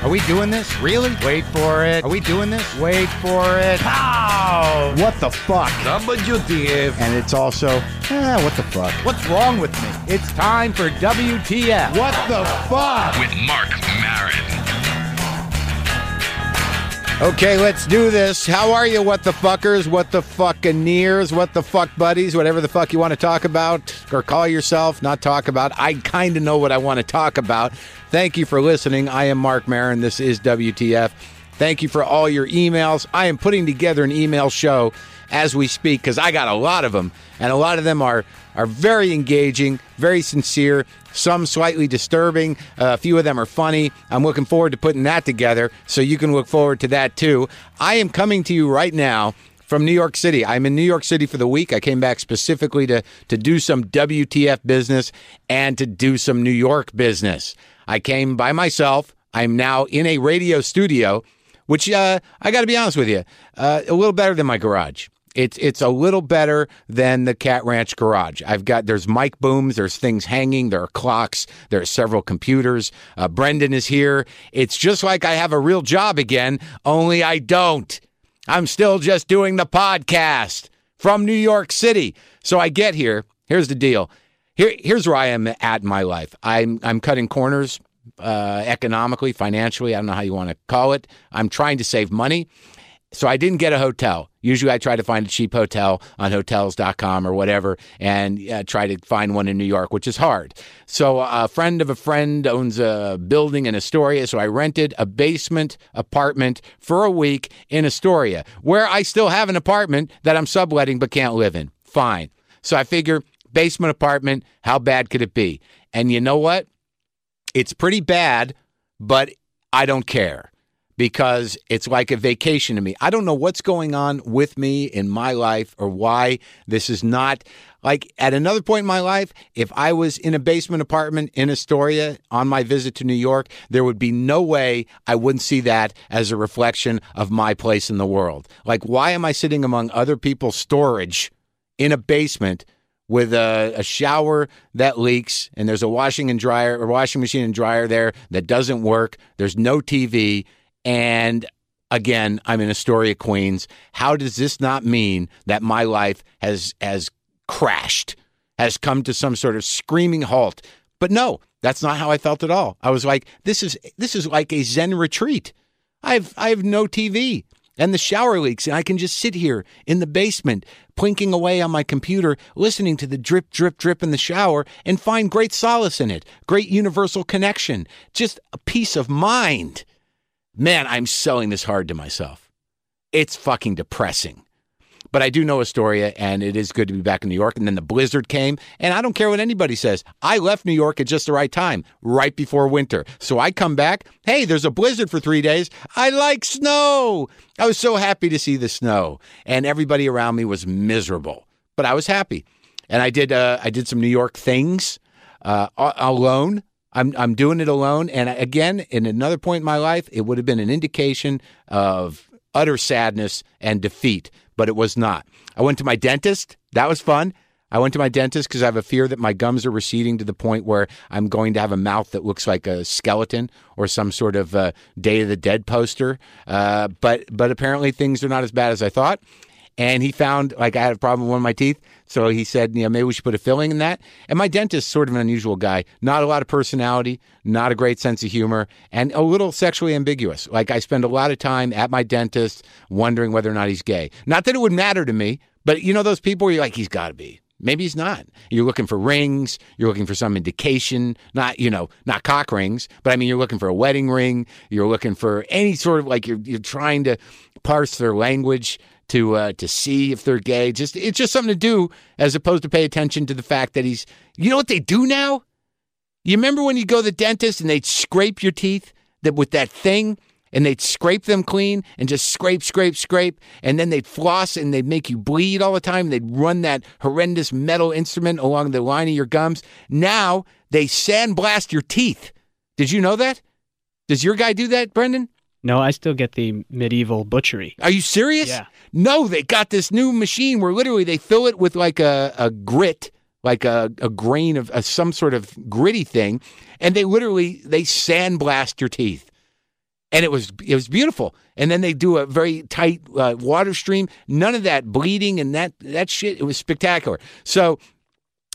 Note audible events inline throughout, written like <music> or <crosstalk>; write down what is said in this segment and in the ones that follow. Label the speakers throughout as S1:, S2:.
S1: Are we doing this? Really? Wait for it. Are we doing this? Wait for it. Pow! What the fuck?
S2: WTF.
S1: And it's also, eh, what the fuck? What's wrong with me? It's time for WTF. What the fuck?
S3: With Mark Marin.
S1: Okay, let's do this. How are you, what the fuckers, what the fuckaneers, what the fuck buddies, whatever the fuck you want to talk about or call yourself, not talk about. I kind of know what I want to talk about. Thank you for listening. I am Mark Marin. This is WTF. Thank you for all your emails. I am putting together an email show as we speak because I got a lot of them, and a lot of them are are very engaging, very sincere. Some slightly disturbing. Uh, a few of them are funny. I'm looking forward to putting that together, so you can look forward to that too. I am coming to you right now from New York City. I'm in New York City for the week. I came back specifically to to do some WTF business and to do some New York business. I came by myself. I'm now in a radio studio which uh, I got to be honest with you, uh, a little better than my garage. It's it's a little better than the Cat Ranch garage. I've got there's mic booms, there's things hanging, there are clocks, there are several computers. Uh, Brendan is here. It's just like I have a real job again, only I don't. I'm still just doing the podcast from New York City. So I get here. Here's the deal. Here, here's where I am at in my life. I'm I'm cutting corners uh, economically, financially. I don't know how you want to call it. I'm trying to save money. So I didn't get a hotel. Usually I try to find a cheap hotel on hotels.com or whatever and uh, try to find one in New York, which is hard. So uh, a friend of a friend owns a building in Astoria. So I rented a basement apartment for a week in Astoria where I still have an apartment that I'm subletting but can't live in. Fine. So I figure basement apartment, how bad could it be? And you know what? it's pretty bad, but I don't care because it's like a vacation to me. I don't know what's going on with me in my life or why this is not like at another point in my life, if I was in a basement apartment in Astoria on my visit to New York, there would be no way I wouldn't see that as a reflection of my place in the world. Like, why am I sitting among other people's storage in a basement with a, a shower that leaks and there's a washing and dryer or washing machine and dryer there that doesn't work there's no tv and again i'm in astoria queens how does this not mean that my life has has crashed has come to some sort of screaming halt but no that's not how i felt at all i was like this is this is like a zen retreat I've I have no TV and the shower leaks and I can just sit here in the basement plinking away on my computer listening to the drip drip drip in the shower and find great solace in it great universal connection just a peace of mind man I'm selling this hard to myself it's fucking depressing but I do know Astoria, and it is good to be back in New York. And then the blizzard came, and I don't care what anybody says. I left New York at just the right time, right before winter. So I come back. Hey, there's a blizzard for three days. I like snow. I was so happy to see the snow, and everybody around me was miserable, but I was happy. And I did. Uh, I did some New York things uh, a- alone. I'm I'm doing it alone. And again, in another point in my life, it would have been an indication of utter sadness and defeat, but it was not. I went to my dentist. That was fun. I went to my dentist because I have a fear that my gums are receding to the point where I'm going to have a mouth that looks like a skeleton or some sort of uh, Day of the Dead poster. Uh, but but apparently things are not as bad as I thought and he found like I had a problem with one of my teeth. So he said, you know, maybe we should put a filling in that. And my dentist, sort of an unusual guy, not a lot of personality, not a great sense of humor, and a little sexually ambiguous. Like I spend a lot of time at my dentist wondering whether or not he's gay. Not that it would matter to me, but you know those people where you're like, he's got to be. Maybe he's not. You're looking for rings. You're looking for some indication, not you know, not cock rings, but I mean, you're looking for a wedding ring. You're looking for any sort of like you're you're trying to parse their language to uh, to see if they're gay. Just it's just something to do as opposed to pay attention to the fact that he's. You know what they do now? You remember when you go to the dentist and they'd scrape your teeth that with that thing and they'd scrape them clean and just scrape, scrape, scrape, and then they'd floss and they'd make you bleed all the time. They'd run that horrendous metal instrument along the line of your gums. Now they sandblast your teeth. Did you know that? Does your guy do that, Brendan?
S4: No, I still get the medieval butchery.
S1: Are you serious?
S4: Yeah.
S1: No, they got this new machine where literally they fill it with like a, a grit, like a, a grain of uh some sort of gritty thing, and they literally they sandblast your teeth. and it was it was beautiful. And then they do a very tight uh, water stream. None of that bleeding and that that shit. It was spectacular. So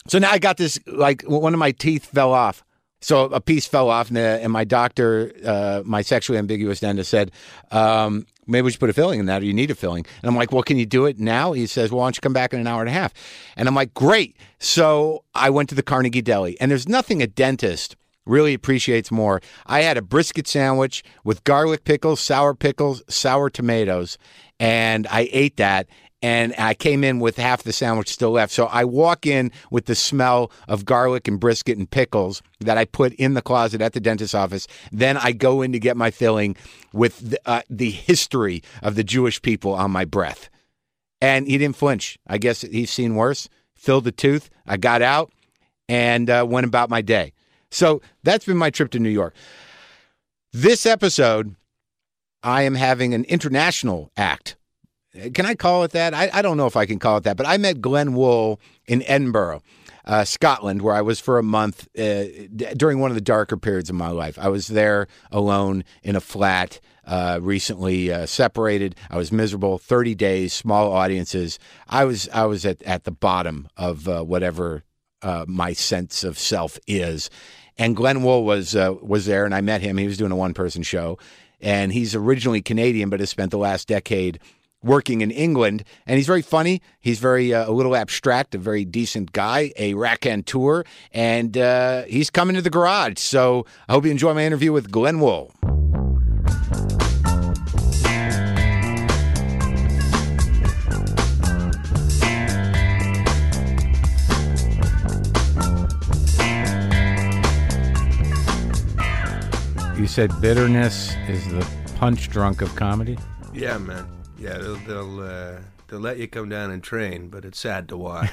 S1: so now I got this like w- one of my teeth fell off. So a piece fell off, and, the, and my doctor, uh, my sexually ambiguous dentist, said, um, "Maybe we should put a filling in that, or you need a filling." And I'm like, "Well, can you do it now?" He says, "Well, why don't you come back in an hour and a half?" And I'm like, "Great." So I went to the Carnegie Deli, and there's nothing a dentist really appreciates more. I had a brisket sandwich with garlic pickles, sour pickles, sour tomatoes, and I ate that. And I came in with half the sandwich still left. So I walk in with the smell of garlic and brisket and pickles that I put in the closet at the dentist's office. Then I go in to get my filling with the, uh, the history of the Jewish people on my breath. And he didn't flinch. I guess he's seen worse. Filled the tooth. I got out and uh, went about my day. So that's been my trip to New York. This episode, I am having an international act. Can I call it that? I, I don't know if I can call it that, but I met Glenn Wool in Edinburgh, uh, Scotland, where I was for a month uh, d- during one of the darker periods of my life. I was there alone in a flat, uh, recently uh, separated. I was miserable. Thirty days, small audiences. I was I was at, at the bottom of uh, whatever uh, my sense of self is. And Glenn Wool was uh, was there, and I met him. He was doing a one person show, and he's originally Canadian, but has spent the last decade working in England. And he's very funny. He's very uh, a little abstract, a very decent guy, a raconteur, and uh, he's coming to the garage. So I hope you enjoy my interview with Glenn Wool. You said bitterness is the punch drunk of comedy.
S5: Yeah, man. Yeah, they'll they'll, uh, they'll let you come down and train, but it's sad to watch.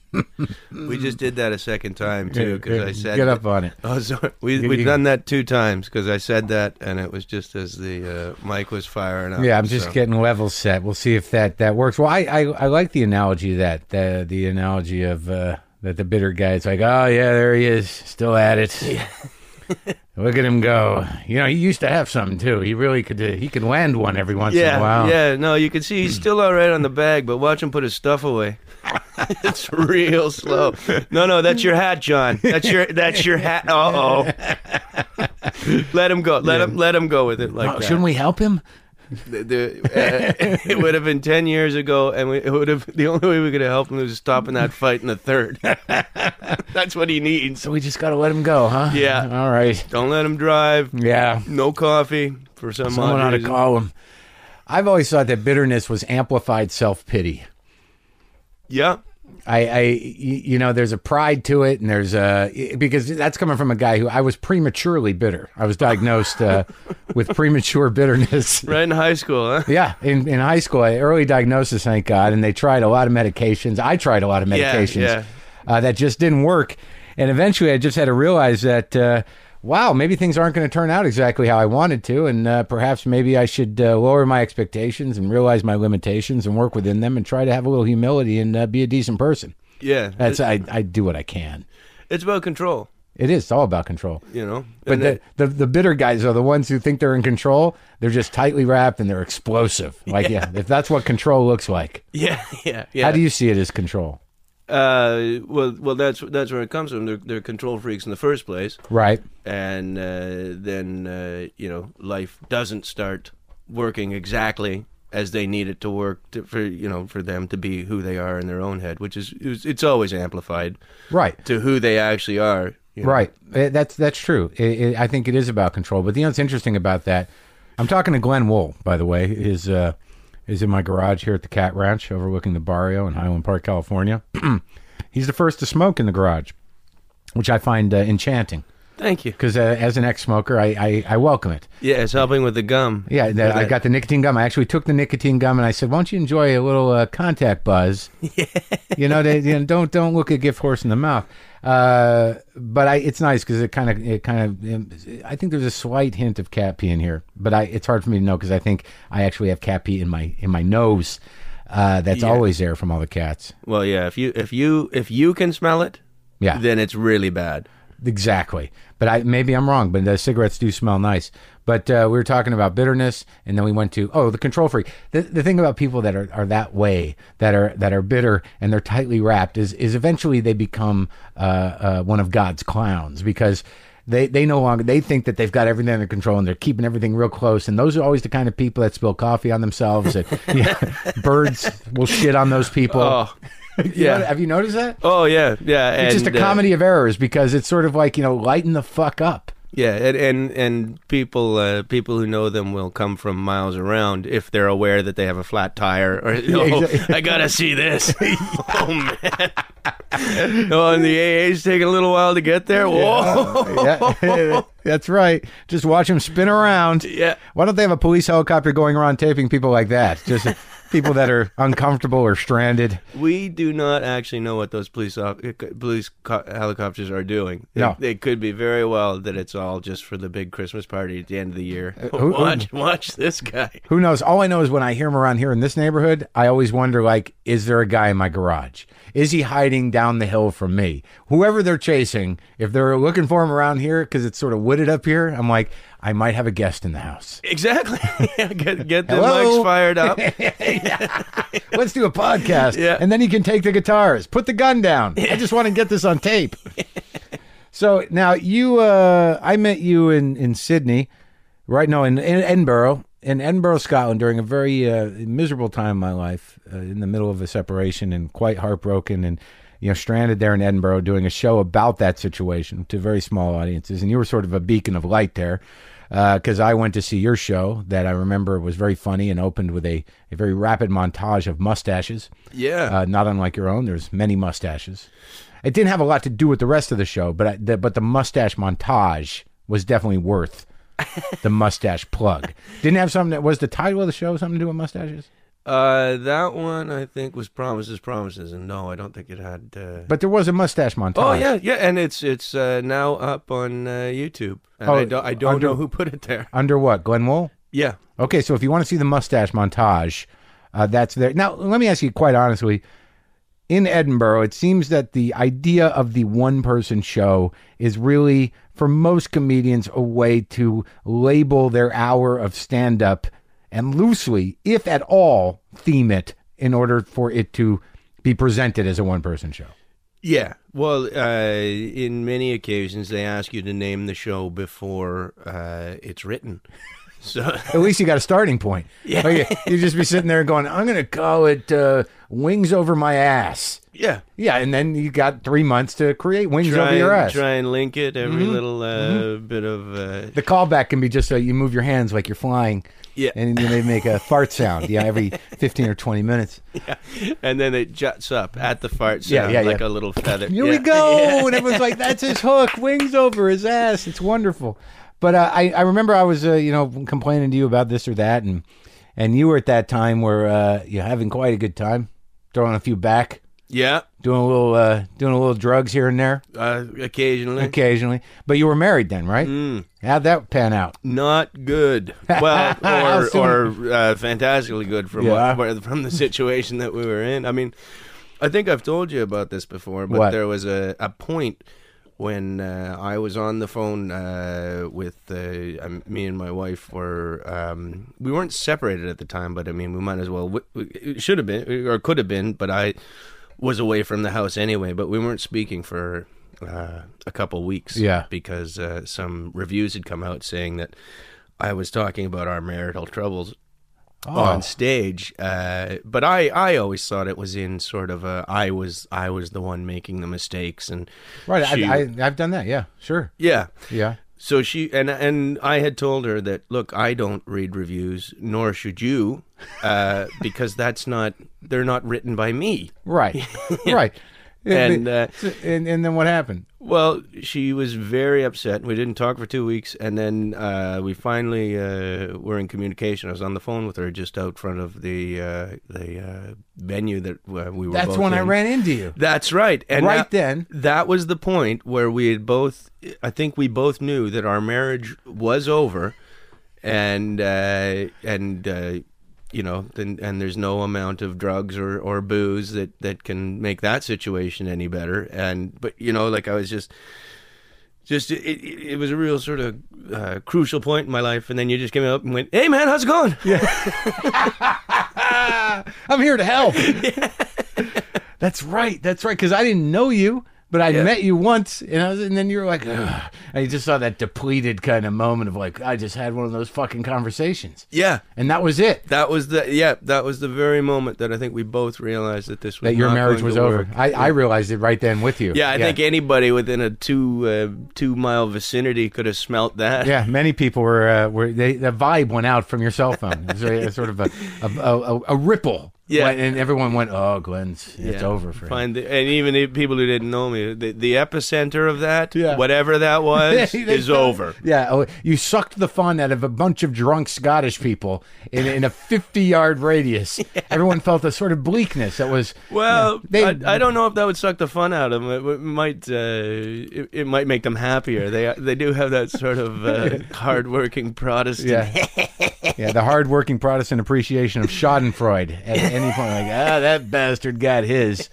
S5: <laughs> we just did that a second time too because I said
S1: on it.
S5: <laughs> Oh, sorry. We we've done that two times because I said that, and it was just as the uh, mic was firing up.
S1: Yeah, I'm just
S5: so-
S1: getting level set. We'll see if that that works. Well, I I, I like the analogy of that the the analogy of uh, that the bitter guy's like, oh yeah, there he is, still at it. <laughs> Look at him go. You know, he used to have something too. He really could uh, he could land one every once in
S5: Yeah,
S1: a while.
S5: yeah. No, you can see he's still all right on the bag, but watch him put his stuff away. <laughs> it's real slow. No, no, that's your hat, John. That's your that's your hat. Uh oh. let him go. Let him let him go with it like
S1: Oh,
S5: that.
S1: shouldn't we help him?
S5: The- the- uh, <laughs> it would have been 10 years ago and we, it would have the only way we could have helped him was stopping that fight in the third <laughs> that's what he needs
S1: So we just got to let him go, huh?
S5: Yeah.
S1: All right.
S5: don't let him drive
S1: Yeah.
S5: no coffee for some
S1: Someone
S5: odd
S1: ought to
S5: reason.
S1: call him. I've always thought that bitterness was amplified self pity.
S5: yeah
S1: I, I, y- you know, there's a pride to it, and there's a because that's coming from a guy who I was prematurely bitter. I was diagnosed uh, with premature bitterness.
S5: right in high school huh
S1: Yeah, in, in high school, I- early diagnosis, thank God, and they tried a lot of medications. I tried a lot of
S5: Yeah,
S1: medications
S5: yeah.
S1: Uh, that just didn't work, and eventually, I just had to realize that. Uh, Wow, maybe things aren't going to turn out exactly how I wanted to, and uh, perhaps maybe I should uh, lower my expectations and realize my limitations and work within them and try to have a little humility and uh, be a decent person.
S5: yeah
S1: That's I, I do what I can.
S5: it's about control
S1: It is it's all about control.
S5: you know
S1: But
S5: And
S1: the, the the bitter guys are the ones who think they're in control. They're just tightly wrapped and they're explosive. Like yeah, if that's what control looks like.
S5: <laughs> yeah yeah yeah
S1: How do you see it as control?
S5: uh well well that's that's where it comes from they're, they're control freaks in the first place
S1: Right.
S5: and uh, then uh, you know life doesn't start working exactly as they need it to work to, for you know for them to be who they are in their own head, which is it's it's always amplified
S1: Right.
S5: to who they actually are. you know.
S1: Right. Eh, That's that's true. I I I think it is about control. But you know what's interesting about that? I'm talking to Glenn Wool, by the way. Is uh is in my garage here at the Cat Ranch, overlooking the barrio in Highland Park, California. <clears throat> He's the first to smoke in the garage, which I find uh, enchanting.
S5: Thank you.
S1: because uh, as an ex-smoker, I, I, I welcome it.
S5: Yeah, it's helping with the gum.
S1: Yeah, that, I got the nicotine gum. I actually took the nicotine gum and I said, "Why don't you enjoy a little uh, contact buzz?" you know, they, you know, don't don't look a gift horse in the mouth. Uh, but I, it's nice because it kind of it kind of I think there's a slight hint of cat pee in here, but I it's hard for me to know because I think I actually have cat pee in my in my nose. Uh, that's always there from all the cats.
S5: Well, yeah. If you if you if you can smell it,
S1: Yeah.
S5: then it's really bad.
S2: Exactly. But I maybe I'm wrong, but the cigarettes do smell nice. But uh, we were talking about bitterness, and then we went to oh the control freak. The, the thing about people that are, are that way that are that are bitter and they're tightly wrapped is is eventually they become uh, uh, one of God's clowns because they they no longer they think that they've got everything under control and they're keeping everything real close and those are always the kind of people that spill coffee on themselves that <laughs> yeah, birds will shit on those people
S5: Oh,
S2: You know-
S5: yeah.
S2: have you noticed that
S5: Oh yeah, yeah. And,
S2: it's just a
S5: uh,
S2: comedy of errors because it's sort of like you know lighten the fuck up
S5: yeah, and and, and people uh, people who know them will come from miles around if they're aware that they have a flat tire
S2: <laughs>
S5: or oh,
S2: exactly.
S5: I gotta
S2: <laughs>
S5: see this. oh man. oh, and the AA's taking a little while to get there. Whoa.
S2: <laughs> yeah, that's right. Just watch them spin around.
S5: Yeah.
S2: Why don't they have a police helicopter going around taping people like that? Just <laughs> people that are uncomfortable or stranded.
S5: We do not actually know what those police op- police co- helicopters are doing. It,
S2: No.
S5: it could be very well that it's all just for the big Christmas party at the end of the year.
S2: Uh, who-
S5: watch, watch this guy. <laughs>
S2: Who knows? All I know is when I hear them around here in this neighborhood, I always wonder like, is there a guy in my garage? Is he hiding down the hill from me? Whoever they're chasing, if they're looking for him around here because it's sort of wooded up here, I'm like, I might have a guest in the house.
S5: Exactly. <laughs> Yeah, get get the
S2: Hello?
S5: mics
S2: <laughs>
S5: fired up.
S2: Let's do a podcast.
S5: Yeah.
S2: And then you can take the guitars. Put the gun down. I just want to get this on tape. so now you uh I met you in in Sydney, right now in, in Edinburgh. In Edinburgh, Scotland, during a very uh, miserable time in my life, uh, in the middle of a separation and quite heartbroken, and you know, stranded there in Edinburgh, doing a show about that situation to very small audiences, and you were sort of a beacon of light there, because I went to see your show that I remember was very funny and opened with a, a very rapid montage of mustaches
S5: Yeah.
S2: uh, not unlike your own. There's many mustaches. It didn't have a lot to do with the rest of the show, but I, the, but the mustache montage was definitely
S5: <laughs>
S2: worth the mustache plug. Didn't have something that was the title of the show something to do with mustaches,
S5: Uh, that one I think was Promises, Promises, and no, I don't think it had. Uh...
S2: but there was a mustache montage.
S5: Oh yeah, yeah, and it's it's uh, now up on uh, YouTube. And
S2: Oh,
S5: I don't, I don't
S2: under-
S5: know who put it there.
S2: Under what? Glenn Wool.
S5: Yeah.
S2: Okay, so if you want to see the mustache montage, uh, that's there. Now, let me ask you quite honestly. In Edinburgh, it seems that the idea of the one person show is really, for most comedians, a way to label their hour of stand up and loosely, if at all, theme it in order for it to be presented as a one person show.
S5: Yeah. Well, uh, in many occasions, they ask you to name the show before uh, it's written. <laughs> So,
S2: At least you got a starting point. Yeah. you'd just be sitting there going, I'm going to call it uh, Wings Over My Ass.
S5: yeah.
S2: Yeah, and then you got three months to create wings
S5: Try
S2: over your
S5: and,
S2: ass.
S5: try and link it every little uh, bit of. Uh,
S2: Mm-hmm. The callback can be just so you move your hands like you're flying.
S5: Yeah.
S2: And then they make
S5: <laughs>
S2: a fart sound, yeah, every 15 or 20 minutes.
S5: <laughs> and then it juts up at the fart
S2: Yeah,
S5: sound
S2: yeah,
S5: like
S2: yeah.
S5: a little feather.
S2: Here we
S5: <laughs> Yeah.
S2: go. And everyone's like, that's his hook, wings over his ass. It's wonderful. But uh, I, I remember I was, uh, you know, complaining to you about this or that. And, and you were at that time where uh, you're having quite a good time, throwing a few back,
S5: Yeah,
S2: doing a little, uh, doing a little drugs here and there
S5: uh, occasionally.
S2: occasionally. But you were married then, right?
S5: Mm.
S2: How'd that pan out? <laughs>
S5: Not good. Well,
S2: How
S5: or or uh, fantastically good from
S2: Yeah.
S5: what, where- from the situation that we were in. I mean, I think I've told you about this before, but
S2: What?
S5: there was a, a point when uh, I was on the phone uh, with uh, um, me and my wife were um, we weren't separated at the time, but I mean we might as well we, we, it should have been or could have been, but I was away from the house anyway. But we weren't speaking for. Uh, a couple weeks,
S2: Yeah.
S5: because uh, some reviews had come out saying that I was talking about our marital troubles
S2: Oh.
S5: on stage. Uh, but I, I always thought it was in sort of a I was I was the one making the mistakes and
S2: Right.
S5: she-
S2: I, I, I've done that. Yeah. Sure.
S5: yeah. <laughs>
S2: Yeah.
S5: So she and and I had told her that look, I don't read reviews, nor should you, uh, because that's not they're not written by me.
S2: Right. right.
S5: And, uh,
S2: and and then what happened?
S5: Well, she was very upset. We didn't talk for two weeks, and then uh, we finally uh, were in communication. I was on the phone with her just out front of the uh, the uh, venue that uh, we were.
S2: That's
S5: both
S2: when I
S5: in.
S2: ran into you.
S5: That's right. And
S2: Right
S5: that-
S2: then.
S5: that was the point where we had both. I think we both knew that our marriage was over, and uh, and uh, you know, then and there's no amount of drugs or, or booze that that can make that situation any better. And but you know, like I was just just it, it, it was a real sort of uh, crucial point in my life. And then you just came up and went, "Hey, man, how's it going?"
S2: I'm here to
S5: <laughs>
S2: help. that's right. That's right. Because I didn't know you, but I met you once, and, I was, and then you were like, Ugh. I just saw that depleted kind of moment of like, I just had one of those fucking conversations,
S5: Yeah,
S2: and that was it.
S5: that was the yeah, that was the very moment that I think we both realized that this was
S2: That your
S5: not
S2: marriage
S5: going
S2: was
S5: to
S2: over.
S5: work.
S2: I, I realized it right then with you.
S5: Yeah, I think anybody within a two uh, two mile vicinity could have smelt that.
S2: Yeah, many people were uh, were they, the vibe went out from your cell phone. It was a, a sort of a a, a, a- a ripple.
S5: Yeah.
S2: went- and everyone went, "Oh, Glenn's, it's
S5: Yeah.
S2: over for <laughs> him."
S5: Find the, and even the people who didn't know me, the, the epicenter of that,
S2: Yeah.
S5: whatever
S2: <laughs>
S5: that was, is over.
S2: Yeah, oh, you sucked the fun out of a bunch of drunk Scottish people in, in a 50 yard
S5: <laughs>
S2: radius. Everyone felt a sort of bleakness that was.
S5: Well,
S2: They-
S5: I, I don't know if that would suck the fun out of them. It, w- might uh, it, it might make them happier. They uh, they do have that sort
S2: <laughs>
S5: of uh, hardworking Protestant.
S2: Yeah. <laughs> yeah, the hardworking Protestant appreciation of Schadenfreude at any point. Like, ah, that bastard got his.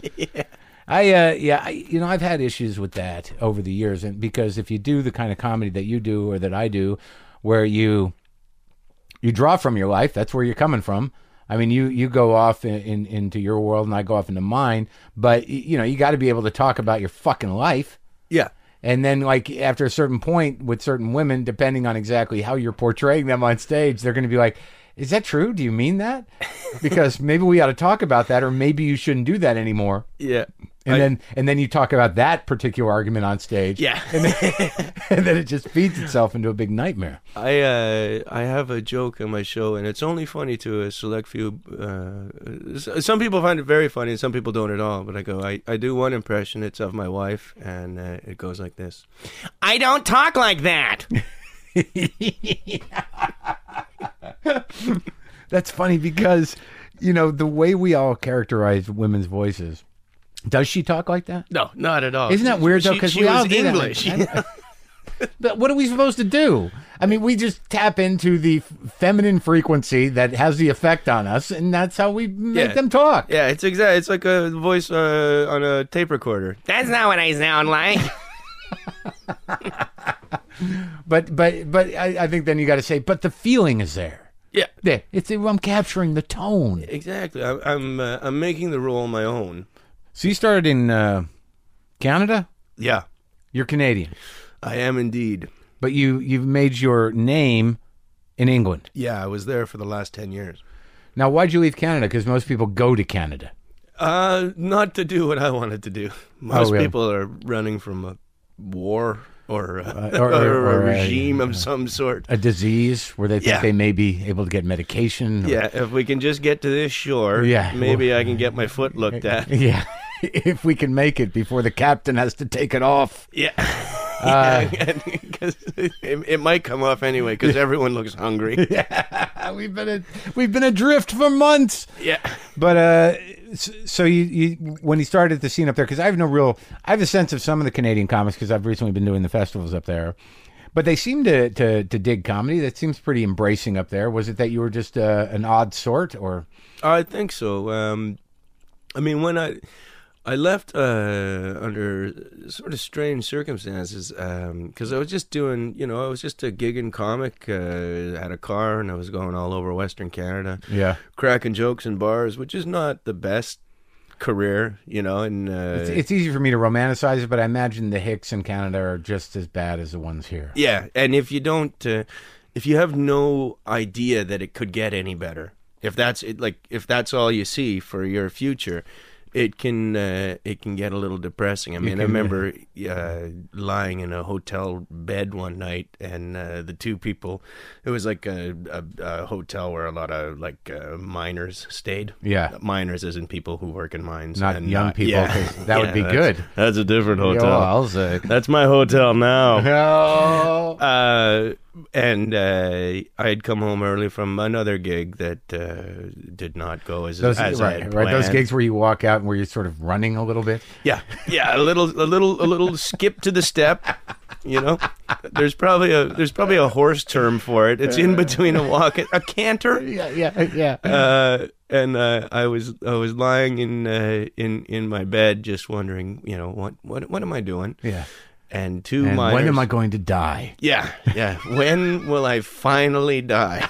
S2: I, uh, yeah, I, you know, I've had issues with that over the years. And because if you do the kind of comedy that you do or that I do, where you you draw from your life. That's where you're coming from. I mean, you you go off in, in into your world, and I go off into mine. But y- you know, you got to be able to talk about your fucking life.
S5: yeah.
S2: And then, like after a certain point with certain women, depending on exactly how you're portraying them on stage, they're going to be like, "Is that true? Do you mean
S5: <laughs>
S2: that?" Because maybe we ought to talk about that, or maybe you shouldn't do that anymore.
S5: Yeah.
S2: And
S5: I-
S2: then, and then you talk about that particular argument on stage. <laughs>
S5: Yeah.
S2: and then it just feeds itself into a big nightmare.
S5: I uh, I have a joke on my show, and it's only funny to a select few. Uh, s- some people find it very funny, and some people don't at all. But I go, I, I do one impression. It's of my wife, and uh, it goes like this: I don't talk like that.
S2: That's funny because, you know, the way we all characterize women's voices. Does she talk like that?
S5: no, not at all.
S2: Isn't that weird though?
S5: She-
S2: Because
S5: she
S2: we all
S5: was
S2: do that.
S5: English. <laughs>
S2: <laughs> But what are we supposed to do? I mean, we just tap into the f- feminine frequency that has the effect on us, and that's how we make
S5: Yeah.
S2: them talk.
S5: yeah, it's exact. It's like a voice uh, on a tape recorder. That's not what I sound like.
S2: But but but I, I think then you got to say, but the feeling is there.
S5: yeah.
S2: Yeah, it's I'm capturing the tone.
S5: Exactly. I'm I'm, uh, I'm making the role my own.
S2: So you started in uh, Canada.
S5: Yeah,
S2: You're Canadian,
S5: I am indeed.
S2: but you you've made your name in England.
S5: Yeah, I was there for the last ten years.
S2: Now, why'd you leave Canada? Because most people go to Canada.
S5: Uh, not to do what I wanted to do. Most
S2: really?
S5: people are running from a war or a,
S2: or-
S5: <laughs> or,
S2: or- or
S5: a
S2: a-
S5: regime of some sort.
S2: A disease where they think
S5: Yeah.
S2: they may be able to get medication. or-
S5: Yeah, if we can just get to this shore,
S2: Yeah,
S5: maybe I can get my foot looked at.
S2: Yeah. <laughs> if we can make it before the captain has to take it off.
S5: Yeah. <laughs> yeah, <laughs> 'cause it, it might come off anyway because everyone looks hungry.
S2: Ah, we've been a, we've been adrift for months.
S5: Yeah.
S2: But uh, s- so you, you when you started the scene up there, because I have no real, I have a sense of some of the Canadian comics because I've recently been doing the festivals up there, but they seem to to, to dig comedy. That seems pretty embracing up there. Was it that you were just uh, an odd sort, or
S5: I think so. Um, I mean, when I I left uh, under sort of strange circumstances because I was just doing, you know, I was just a gigging comic, uh, had a car, and I was going all over Western Canada,
S2: yeah?
S5: cracking jokes in bars, which is not the best career, you know, and uh,
S2: It's, it's easy for me to romanticize it, but I imagine the Hicks in Canada are just as bad as the ones here.
S5: Yeah, and if you don't, uh, if you have no idea that it could get any better, if that's it, like if that's all you see for your future, it can uh, it can get a little depressing. I mean, I remember uh, lying in a hotel bed one night, and uh, the two people, it was like a, a, a hotel where a lot of like uh, miners stayed.
S2: Yeah.
S5: miners isn't people who work in mines,
S2: Not
S5: and
S2: young people, 'cause that would
S5: <laughs>
S2: be
S5: that's-
S2: good.
S5: That's a different hotel.
S2: say.
S5: that's my hotel now
S2: No.
S5: uh, and uh, I had come home early from another gig that uh, did not go as,
S2: Those,
S5: as I
S2: right,
S5: had
S2: right. Those
S5: planned.
S2: gigs where you walk out and where you're sort of running a little bit.
S5: Yeah, yeah, a little, a little, a little skip to the step. You know, there's probably a there's probably a horse term for it. It's in between a walk, a canter.
S2: Yeah, yeah, yeah.
S5: Uh, and uh, I was I was lying in uh, in in my bed, just wondering, you know, what what what am I doing?
S2: yeah.
S5: and two
S2: And
S5: minors.
S2: when am I going to die?
S5: Yeah, yeah. when will I finally die?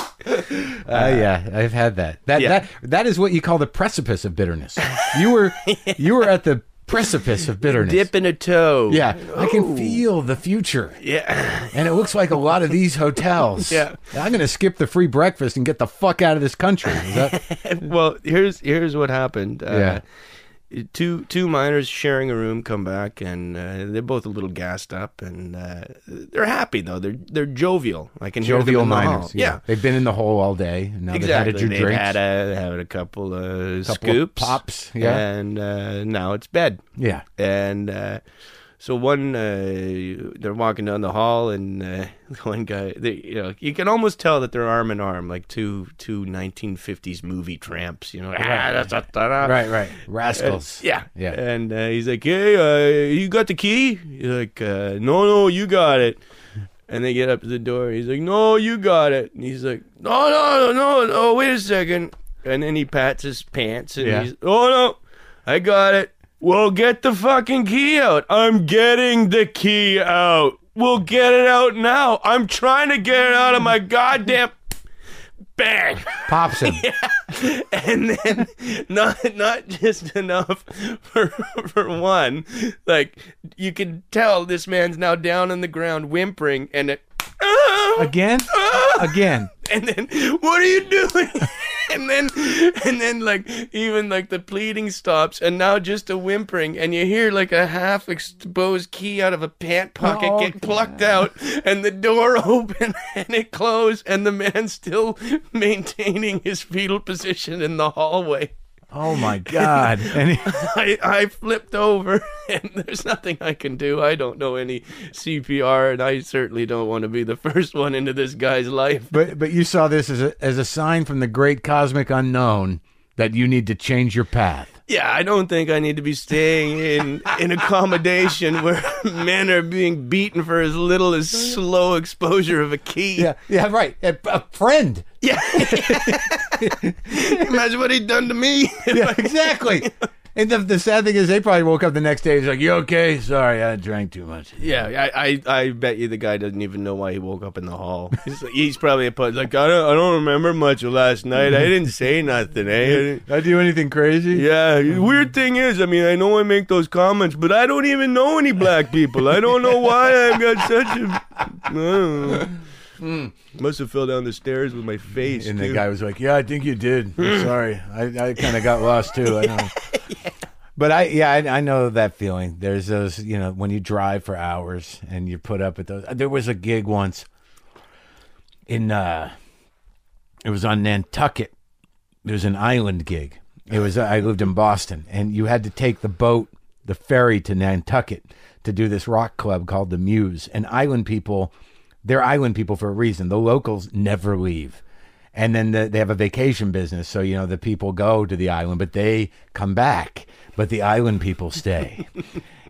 S2: Oh yeah, I've had that. That
S5: Uh, Yeah.
S2: that that is what you call the precipice of bitterness. You
S5: <laughs>
S2: were you were at the precipice of bitterness.
S5: Dipping a toe.
S2: Yeah, I can feel the future,
S5: Yeah. <laughs>
S2: and it looks like a lot of these hotels.
S5: Yeah.
S2: I'm going to skip the free breakfast and get the fuck out of this country. Is
S5: <laughs>
S2: that-
S5: well, here's here's what happened.
S2: Yeah.
S5: Uh, two two minors sharing a room come back, and uh, they're both a little gassed up, and uh, they're happy though. They're they're jovial. I can
S2: jovial
S5: hear them in the hall.
S2: minors.
S5: Yeah.
S2: they've been in the hole all day. And now
S5: Exactly.
S2: they've had a few
S5: They've
S2: drinks.
S5: had a, had a couple of
S2: Couple of
S5: scoops,
S2: pops, yeah.
S5: and uh, now it's bed.
S2: yeah,
S5: And uh, so one, uh, they're walking down the hall, and uh, <laughs> one guy, they, you know, you can almost tell that they're arm in arm, like two two 1950s movie tramps. You know, ah, da, da, da, da.
S2: right, right, rascals.
S5: Yeah.
S2: Yeah.
S5: And uh, he's like, hey, uh, you got the key? He's like, uh, no, no, you got it. And they get up to the door. He's like, no, you got it. And he's like, no, no, no, no, no, wait a second. And then he pats his pants and
S2: Yeah.
S5: he's, oh, no, I got it. Well, get the fucking key out. I'm getting the key out. We'll get it out now. I'm trying to get it out of my goddamn <laughs> bang.
S2: pops him.
S5: <laughs> and then not not just enough for <laughs> for one like you can tell this man's now down on the ground whimpering and it,
S2: again, again.
S5: <laughs> and then what are you doing <laughs> and then and then like even like the pleading stops and now just a whimpering and you hear like a half exposed key out of a pant pocket
S2: Oh,
S5: get plucked out and the door <laughs> open and it closed and the man still <laughs> maintaining his fetal position in the hallway <laughs>
S2: Oh my god. <laughs> And he-
S5: I, I flipped over <laughs> and there's nothing I can do. I don't know any CPR and I certainly don't want to be the <laughs> first one into this guy's life.
S2: but but you saw this as a as a sign from the great cosmic unknown that you need to change your path.
S5: Yeah, I don't think I need to be staying in in accommodation where <laughs> men are being beaten for as little as slow exposure of a key.
S2: Yeah, yeah, right. A, a friend.
S5: Yeah. <laughs> Imagine what he'd done to me. <laughs>
S2: Yeah, <laughs> exactly. And the, the sad thing is, they probably woke up the next day. He's like, "You okay? Sorry, I drank too much."
S5: Yeah, I, I, I bet you the guy doesn't even know why he woke up in the hall. He's, he's probably a put like I don't I don't remember much of last night. I didn't say nothing. Eh? I didn't-
S2: Did I do anything crazy?
S5: Yeah, weird thing is, I mean, I know I make those comments, but I don't even know any black people. I don't know why I've got such a. I don't know. Must have fell down the stairs with my face.
S2: And the
S5: too.
S2: guy was like, "Yeah, I think you did. I'm sorry, I, I kind of got lost too. I know." But I, yeah, I, I know that feeling. There's those, you know, when you drive for hours and you put up at those. uh, There was a gig once in, uh it was on Nantucket. There was an island gig. It was I lived in Boston, and you had to take the boat, the ferry to Nantucket to do this rock club called the Muse. And island people, they're island people for a reason. The locals never leave. And then the, they have a vacation business, so you know the people go to the island, but they come back, but the island people stay.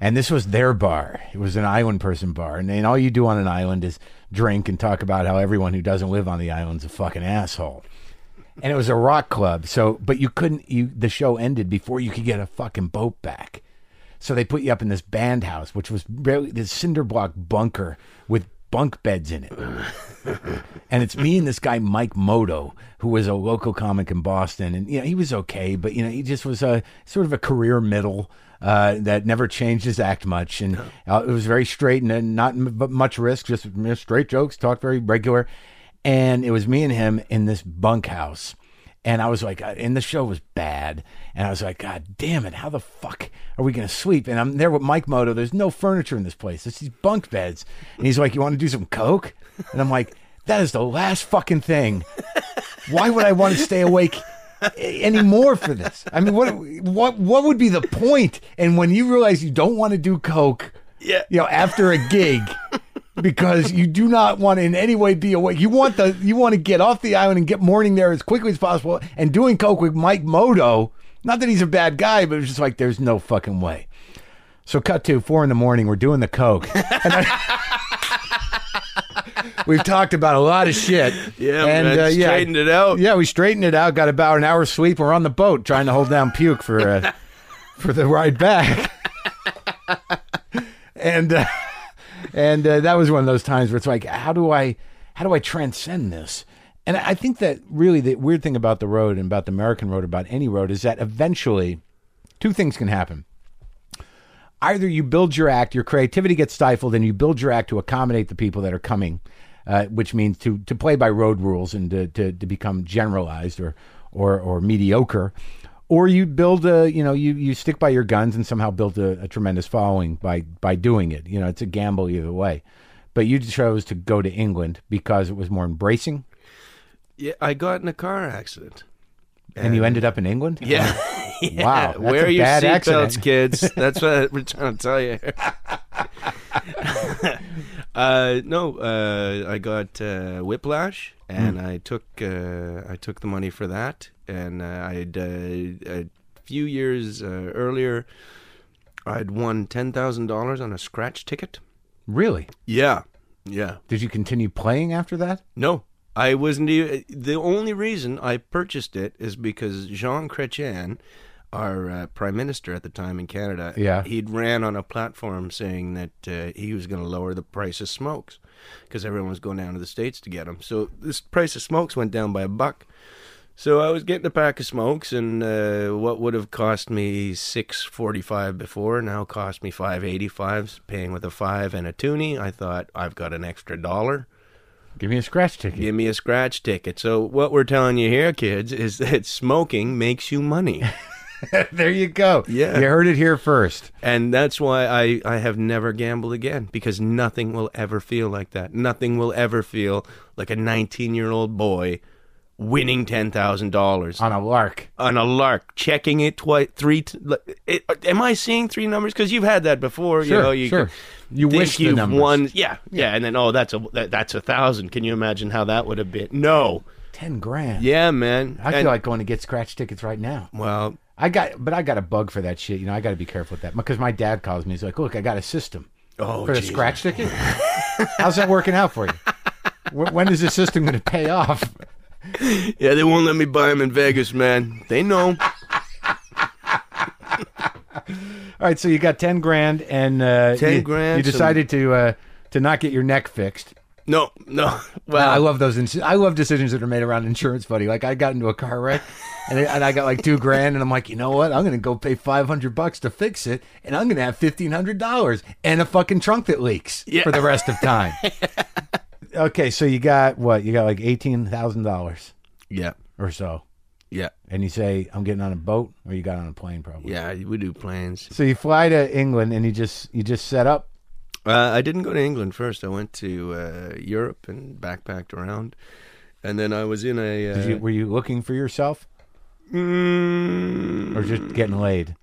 S2: and this was their bar. It was an island person bar, and, and all you do on an island is drink and talk about how everyone who doesn't live on the island's a fucking asshole and it was a rock club. So, but you couldn't. You the show ended before you could get a fucking boat back. So they put you up in this band house, which was really this cinder block bunker with bunk beds in it. and it's me and this guy Mike Moto, who was a local comic in Boston, and you know he was okay, but you know he just was a sort of a career middle. Uh, that never changed his act much, and uh, it was very straight and uh, not m- but much risk. Just you know, straight jokes, talked very regular, and it was me and him in this bunkhouse, and I was like, uh, and the show was bad. And I was like, God damn it, how the fuck are we going to sleep? And I'm there with Mike Moto. There's no furniture in this place. It's these bunk beds. And he's like, You want to do some coke? And I'm like, That is the last fucking thing. Why would I want to stay awake a- anymore for this? I mean, what what what would be the point? And when you realize you don't want to do coke,
S5: Yeah.
S2: you know, after a gig. Because you do not want to in any way be awake. You want the you want to get off the island and get morning there as quickly as possible. And doing coke with Mike Moto, not that he's a bad guy, but it's just like there's no fucking way. So cut to four in the morning. We're doing the coke. And I- <laughs> we've talked about a lot of shit.
S5: uh, Yeah,
S2: and uh,
S5: man, straightened it out.
S2: Yeah, we straightened it out. Got about an hour's sleep. We're on the boat trying to hold down puke for uh, for the ride back. and uh, and uh, that was one of those times where it's like, how do I how do I transcend this? And I think that really the weird thing about the road and about the American road, about any road, is that eventually two things can happen. Either you build your act, your creativity gets stifled, and you build your act to accommodate the people that are coming, uh, which means to to play by road rules and to to, to become generalized or or or mediocre, or you build a you know you you stick by your guns and somehow build a, a tremendous following by by doing it. You know it's a gamble either way, but you chose to go to England because it was more embracing,
S5: Yeah, I got in a car accident.
S2: and you ended up in England.
S5: Yeah. <laughs> yeah.
S2: Wow, that's
S5: Wear
S2: a
S5: your
S2: bad accident. <laughs>
S5: seatbelts, kids. That's what we're trying to tell you. <laughs> uh, no, uh, I got uh, whiplash, and
S2: Hmm.
S5: I took uh, I took the money for that, and uh, I'd uh, a few years uh, earlier, I'd won ten thousand dollars on a scratch ticket.
S2: Really?
S5: Yeah, yeah.
S2: Did you continue playing after that?
S5: No, I wasn't. Even, the only reason I purchased it is because Jean Chrétien, our uh, prime minister at the time in Canada,
S2: Yeah.
S5: he'd ran on a platform saying that uh, he was going to lower the price of smokes because everyone was going down to the states to get them. So this price of smokes went down by a buck. So I was getting a pack of smokes, and uh, what would have cost me six forty-five before now cost me five eighty-five. Paying with a five and a toonie, I thought I've got an extra dollar.
S2: Give me a scratch ticket.
S5: Give me a scratch ticket. So what we're telling you here, kids, is that smoking makes
S2: <laughs>
S5: you money,
S2: there you go.
S5: Yeah.
S2: You heard it here first.
S5: and that's why I I have never gambled again because nothing will ever feel like that. Nothing will ever feel like a 19 year old boy winning ten thousand dollars
S2: On a lark.
S5: on a lark, checking it twice, three. T- it, am I seeing three numbers? Because you've had that before. you
S2: Sure,
S5: know, you
S2: sure. You
S5: think
S2: wish the
S5: you've
S2: numbers.
S5: won. Yeah, yeah, and then oh, that's a that, that's a thousand. Can you imagine how that would have been? No.
S2: Ten grand.
S5: Yeah, man.
S2: I
S5: And-
S2: feel like going to get scratch tickets right now.
S5: Well,
S2: I got, but I got a bug for that shit. You know, I got to be careful with that because my dad calls me. He's like, "Look, I got a system
S5: Oh,
S2: for the
S5: geez.
S2: scratch
S5: <laughs>
S2: ticket. How's that working out for you? Wh- when is the system going to pay off?"
S5: Yeah, they won't let me buy them in Vegas, man. They know.
S2: All right, so you got ten grand, and uh,
S5: 10
S2: you,
S5: grand,
S2: You
S5: so-
S2: decided to uh, to not get your neck fixed.
S5: No, no. Well,
S2: I love those. Ins- I love decisions that are made around insurance, buddy. Like I got into a car
S5: <laughs>
S2: wreck, and, I- and I got like two grand, and I'm like, you know what? I'm gonna go pay five hundred bucks to fix it, and I'm gonna have fifteen hundred dollars and a fucking trunk that leaks
S5: Yeah.
S2: for the rest of
S5: <laughs>
S2: time. okay, so you got what? You got like eighteen thousand dollars
S5: yeah,
S2: or so,
S5: yeah,
S2: and you say, I'm getting on a boat, or you got on a plane, probably.
S5: yeah. We do plans.
S2: So you fly to England, and you just you just set up.
S5: Uh, I didn't go to England first. I went to uh, Europe and backpacked around, and then I was in a. Uh,
S2: Did you, were you looking for yourself,
S5: Mm,
S2: or just getting laid?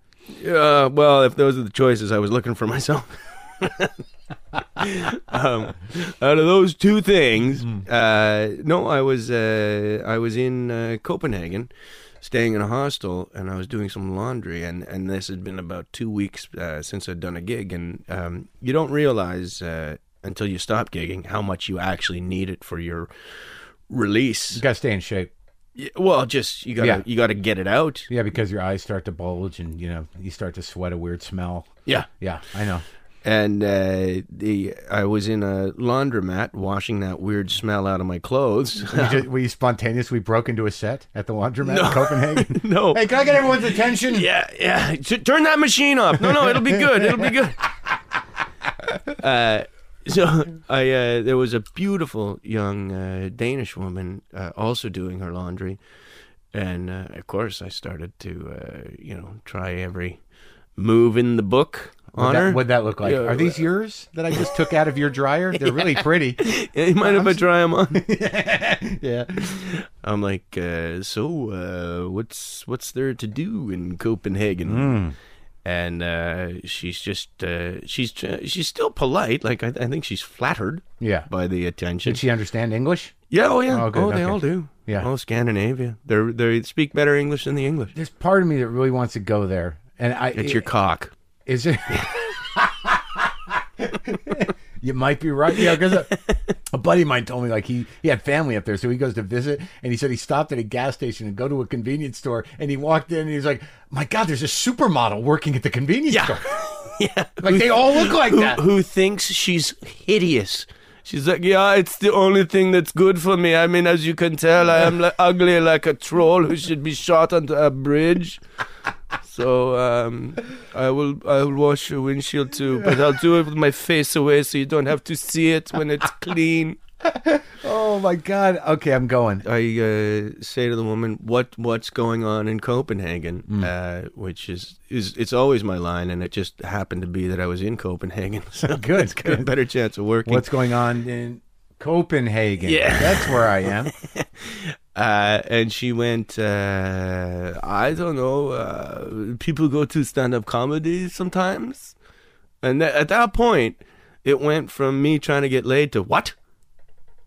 S5: uh, well, if those are the choices, I was looking for myself. <laughs> um, out of those two things, uh, no, I was uh, I was in uh, Copenhagen, staying in a hostel, and I was doing some laundry, and, and this had been about two weeks uh, since I'd done a gig, and um, you don't realize uh, until you stop gigging how much you actually need it for your release.
S2: You gotta stay in shape.
S5: Yeah, Well, just you gotta
S2: Yeah.
S5: you gotta get it out.
S2: Yeah, because your eyes start to bulge and you know you start to sweat a weird smell.
S5: Yeah.
S2: Yeah, I
S5: <laughs>
S2: know.
S5: and uh, the I was in a laundromat washing that weird smell out of
S2: <laughs>
S5: my clothes. <laughs>
S2: You just, were you spontaneously broke into a set at the laundromat in Copenhagen?
S5: <laughs> no.
S2: Hey, can I get everyone's attention?
S5: Yeah, yeah. T- turn that machine off. No, no, it'll be good. It'll be
S2: <laughs>
S5: good. Uh, so I uh, there was a beautiful young uh, Danish woman uh, also doing her laundry, and uh, of course I started to uh, you know try every move in the book
S2: What'd
S5: on
S2: that-
S5: her. <laughs>
S2: what'd that look like?
S5: Yeah.
S2: Are these yours that I just took out of your dryer?
S5: <laughs>
S2: They're really pretty.
S5: Yeah, you mind if I try them on?
S2: Yeah.
S5: I'm like, uh, so uh, what's what's there to do in Copenhagen?
S2: Hmm.
S5: And uh, she's just uh, she's she's still polite. Like I, I think she's flattered
S2: Yeah.
S5: by the attention.
S2: Did she understand English?
S5: yeah, oh yeah,
S2: Oh,
S5: oh,
S2: good, okay.
S5: they all do.
S2: Yeah.
S5: oh Scandinavia. They they speak better English than the English.
S2: There's part of me that really wants to go there. And I
S5: It's your
S2: <laughs>
S5: cock.
S2: Is it? you might be right. Yeah, because a, a buddy of mine told me like he he had family up there, so he goes to visit, and he said he stopped at a gas station and go to a convenience store, and he walked in and he was like, "My God, there's a supermodel working at the convenience
S5: Yeah.
S2: store."
S5: yeah.
S2: Like they all look like
S5: who,
S2: that.
S5: Who thinks she's hideous? She's like, yeah, it's the only thing that's good for me. I mean, as you can tell, I am li- <laughs> ugly like a troll who should be shot onto a bridge. So um, I will I will wash your windshield too, but I'll do it with my face away so you don't have to see it when it's clean.
S2: <laughs> Oh my god. Okay, I'm going.
S5: <laughs> I uh, say to the woman, "What what's going on in Copenhagen?" Uh, which is is it's always my line, and it just happened to be that I was in Copenhagen, <laughs> so
S2: Good.
S5: got a
S2: good.
S5: better chance of
S2: <laughs>
S5: working.
S2: What's going on in Copenhagen?
S5: Yeah.
S2: That's where I am.
S5: uh, and she went, uh, "I don't know. Uh, people go to stand up comedy sometimes." And tha- at that point, it went from me trying to get laid to what?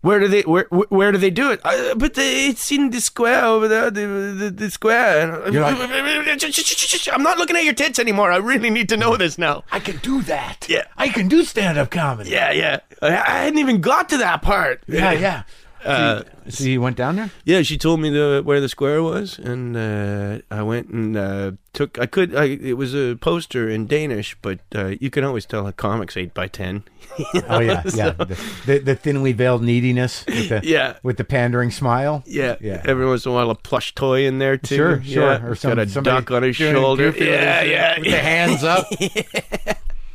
S5: Where do they where where, where do they do it? Uh, but they, it's in the square over there, the the, the square. And-
S2: You're
S5: <laughs> I'm not looking at your tits anymore. I really need to know this now.
S2: <laughs> I can do that.
S5: Yeah.
S2: I can do stand up comedy.
S5: Yeah, yeah. I, I hadn't even got to that part.
S2: Yeah, yeah.
S5: Uh,
S2: So you went down there?
S5: Yeah, she told me the where the square was, and uh, I went and uh, took. I could. I, it was a poster in Danish, but uh, you can always tell a comic's eight by ten.
S2: Oh
S5: <laughs>
S2: yeah, yeah. The, the, the thinly veiled neediness with the
S5: Yeah.
S2: with the pandering smile.
S5: Yeah,
S2: Yeah.
S5: Every once in a while, a plush toy in there too.
S2: Sure, sure.
S5: Yeah.
S2: Or
S5: He's got a
S2: somebody
S5: duck on his
S2: doing a
S5: shoulder.
S2: goofy with his-
S5: Yeah, yeah,
S2: with <laughs>
S5: yeah.
S2: the hands
S1: <laughs>
S2: up.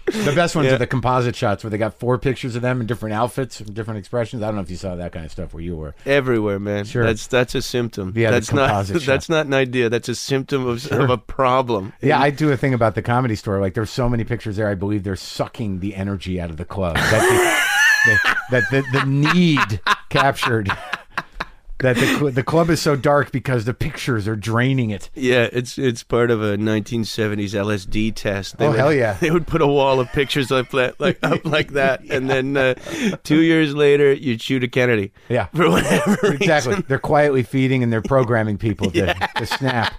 S2: The best ones
S5: Yeah.
S2: are the composite shots where they got four pictures of them in different outfits, and different expressions. I don't know if you saw that kind of stuff where you were.
S5: Everywhere, man.
S2: Sure.
S5: That's that's a symptom.
S2: Yeah, the
S5: that's not <laughs>
S2: composite shot.
S5: that's not an idea. That's a symptom of, of a problem.
S2: Yeah, I do a thing about the comedy store. Like, there's so many pictures there. I believe they're sucking the energy out of the club. That the, <laughs> that the, the need captured. <laughs> That the cl- the club is so dark because the pictures are draining it.
S5: Yeah, it's it's part of a 1970s LSD test. They
S2: Oh,
S5: would,
S2: hell yeah.
S5: <laughs> They would put a wall of pictures up like, like
S2: <laughs>
S5: up like that, and then uh, two years later you'd shoot a Kennedy.
S2: Yeah.
S5: <laughs> for whatever reason.
S2: Exactly. They're quietly feeding and they're programming people
S5: <laughs>
S2: to, to snap.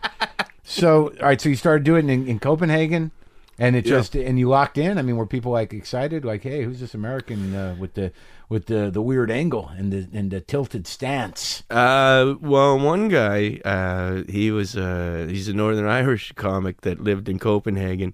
S2: So, all right. So you started doing it in, in Copenhagen, and it
S5: Yeah.
S2: just and you locked in. I mean, were people like excited, like, "Hey, who's this American uh, with the with the the weird angle and the and the tilted stance?"
S5: Uh, well, one guy, uh, he was uh, he's a Northern Irish comic that lived in Copenhagen.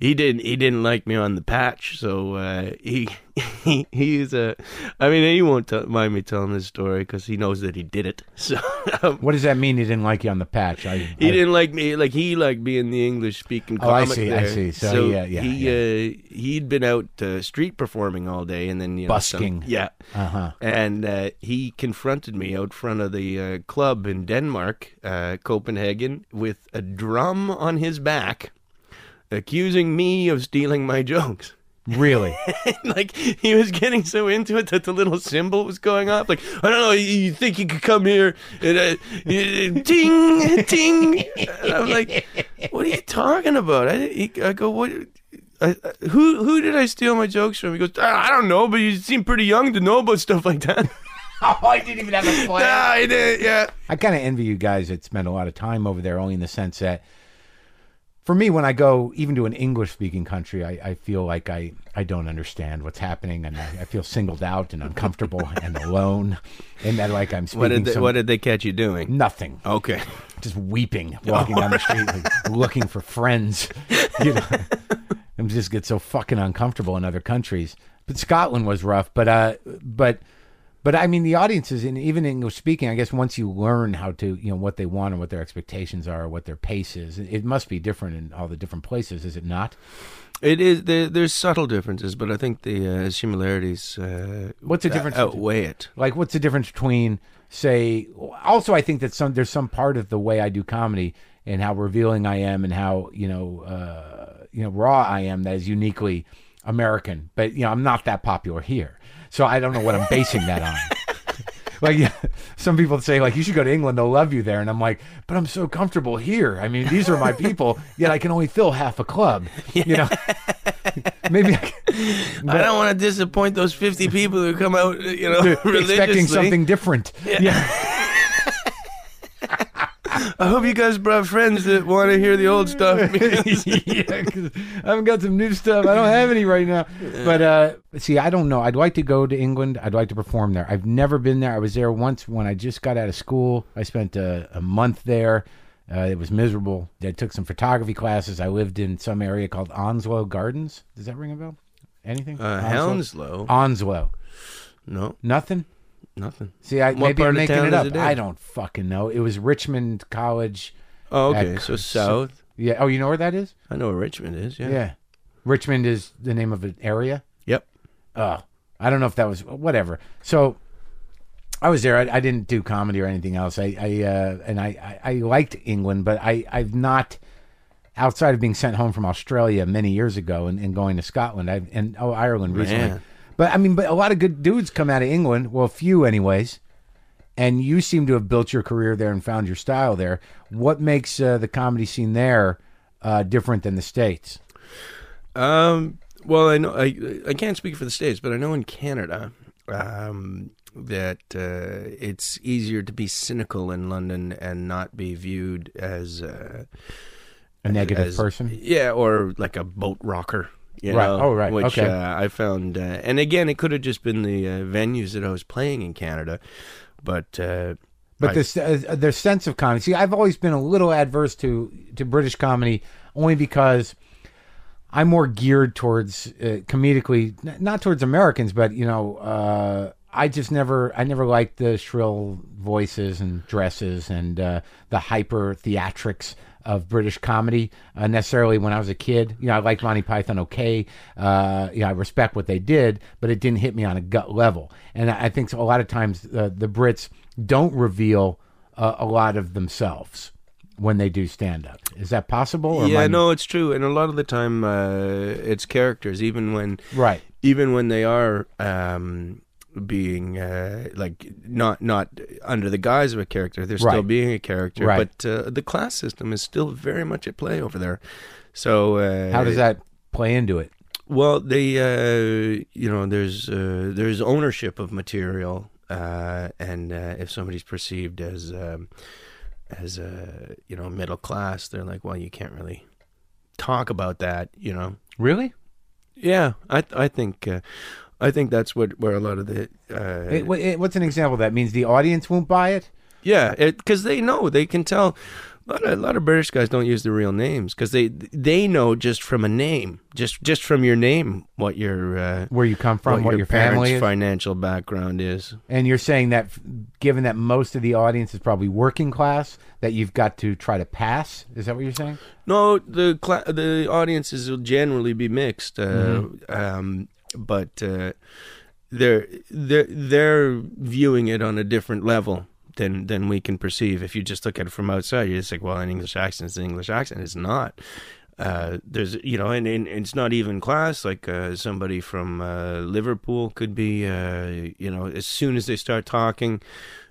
S5: He didn't he didn't like me on the patch, so uh, he <laughs> he he's a. I mean, he won't t- mind me telling this story because he knows that he did it. <laughs> So. um,
S2: What does that mean? He didn't like you on the patch. I, I-
S5: He didn't like me. Like he liked being the English speaking.
S2: Oh, I
S5: comic
S2: see, I
S5: There.
S2: see. So, yeah, yeah,
S5: He uh, he'd been out uh, street performing all day, and then you know, some-
S2: Busking.
S5: yeah,
S2: Uh-huh.
S5: and uh, he confronted me out front of the uh, club in Denmark, uh, Copenhagen, with a drum on his back, accusing me of stealing my <laughs> jokes.
S2: really.
S5: <laughs> like he was getting so into it that the little symbol was going off. Like I don't know, you, you think you could come here and uh, uh, ting ting? And I'm like, what are you talking about? I, he, I go, what? I, I- who who did I steal my jokes from? He goes, "Ah, I I don't know, but you seem pretty young to know about stuff like that. <laughs>
S2: oh, I didn't even have a plan.
S5: yeah, I did, yeah.
S2: I kind of envy you guys that spend a lot of time over there, only in the sense that for me, when I go even to an English speaking country, I, I feel like I, I don't understand what's happening and I, I feel singled out and uncomfortable and alone. And that, like, I'm speaking
S5: What did they,
S2: some-
S5: what did they catch you doing?
S2: nothing,
S5: Okay,
S2: just weeping, walking down the street, like, looking for friends. You know, <laughs> I just get so fucking uncomfortable in other countries. But Scotland was rough, but, uh, but, but I mean, the audiences, and even English speaking, I guess once you learn how to, you know, what they want and what their expectations are, what their pace is, it must be different in all the different places, is it not?
S5: it is. There, there's subtle differences, but I think the uh, similarities. Uh,
S2: What's the difference?
S5: Outweigh it.
S2: Like, what's the difference between, say, also, I think that some there's some part of the way I do comedy and how revealing I am and how you know, uh, you know, raw I am that is uniquely American. But you know, I'm not that popular here, so I don't know what I'm basing that on. Like yeah, some people say, like you should go to England; they'll love you there. And I'm like, but I'm so comfortable here. I mean, these are my people. Yet I can only fill half a club. You know, <laughs> maybe I can,
S5: I don't want to disappoint those 50 people who come out, you know, <laughs> religiously.
S2: expecting something different. yeah.
S5: I hope you guys brought friends that want to hear the
S2: <laughs>
S5: old stuff. <laughs> Uh,
S2: yeah, 'cause I haven't got some new stuff. I don't have any right now. But uh, see, I don't know. I'd like to go to England. I'd like to perform there. I've never been there. I was there once when I just got out of school. I spent a, a month there. Uh, it was miserable. I took some photography classes. I lived in some area called Onslow Gardens. Does that ring a bell? Anything?
S5: Uh, Hounslow?
S2: Onslow.
S5: No,
S2: Nothing.
S5: nothing.
S2: See, I,
S5: What
S2: maybe
S5: part
S2: I'm
S5: of
S2: making
S5: town
S2: it
S5: is
S2: up.
S5: it in?
S2: I don't fucking know. It was Richmond College.
S5: Oh, okay.
S2: That
S5: so
S2: could-
S5: south.
S2: Yeah. Oh, you know where that is?
S5: I know where Richmond is. Yeah.
S2: Yeah. Richmond is the name of an area.
S5: Yep.
S2: Oh, I don't know if that was whatever. So I was there. I, I didn't do comedy or anything else. I, I uh, and I, I, I liked England, but I, I've not outside of being sent home from Australia many years ago and, and going to Scotland I've, and oh Ireland recently.
S5: Man.
S2: But I mean, but a lot of good dudes come out of England. Well, a few anyways. And you seem to have built your career there and found your style there. What makes uh, the comedy scene there uh, different than the states?
S5: Um. Well, I know I I can't speak for the states, but I know in Canada, um, that uh, it's easier to be cynical in London and not be viewed as uh,
S2: A negative
S5: as-
S2: person.
S5: Yeah, or like a boat rocker. You
S2: Right.
S5: Know,
S2: Oh, right.
S5: Which
S2: Okay.
S5: uh, I found, uh, and again, it could have just been the uh, venues that I was playing in Canada, but uh,
S2: But
S5: I-
S2: this uh, their sense of comedy. See, I've always been a little adverse to to British comedy only because I'm more geared towards uh, comedically, n- not towards Americans, but you know, uh, I just never I never liked the shrill voices and dresses and uh, the hyper theatrics of British comedy uh, necessarily when I was a kid. You know, I liked Monty Python okay. Uh, you know, I respect what they did, but it didn't hit me on a gut level. And I I think a lot of times uh, the Brits don't reveal uh, a lot of themselves when they do stand up. Is that possible? Or am
S5: yeah,
S2: I-
S5: no, it's true, and a lot of the time, uh, it's characters, even when
S2: Right.
S5: even when they are um, being uh, like not not under the guise of a character, they're still
S2: Right.
S5: being a character.
S2: Right.
S5: But uh, the class system is still very much at play over there. So uh,
S2: How does that play into it?
S5: Well, they uh, you know there's uh, there's ownership of material, uh, and uh, if somebody's perceived as um, as a you know middle class, they're like, well, you can't really talk about that, you know.
S2: Really?
S5: Yeah, I I think uh, I think that's what where a lot of the uh,
S2: It, what- it- what's an example of that? Means the audience won't buy it?
S5: yeah because they know they can tell a lot of, a lot of British guys don't use their real names because they they know just from a name just just from your name what your uh,
S2: Where you come from, what, your,
S5: parents'
S2: family is?
S5: financial background is.
S2: and you're saying that f- given that most of the audience is probably working class, that you've got to try to pass? Is that what you're saying?
S5: No, the cla- the audiences will generally be mixed, uh,
S2: Mm-hmm.
S5: um, but uh, they're they're they're viewing it on a different level than than we can perceive. If you just look at it from outside, you're just like, well, an English accent is an English accent. It's not. Uh, there's you know, and, and it's not even class. Like uh, somebody from uh, Liverpool could be, uh, you know, as soon as they start talking,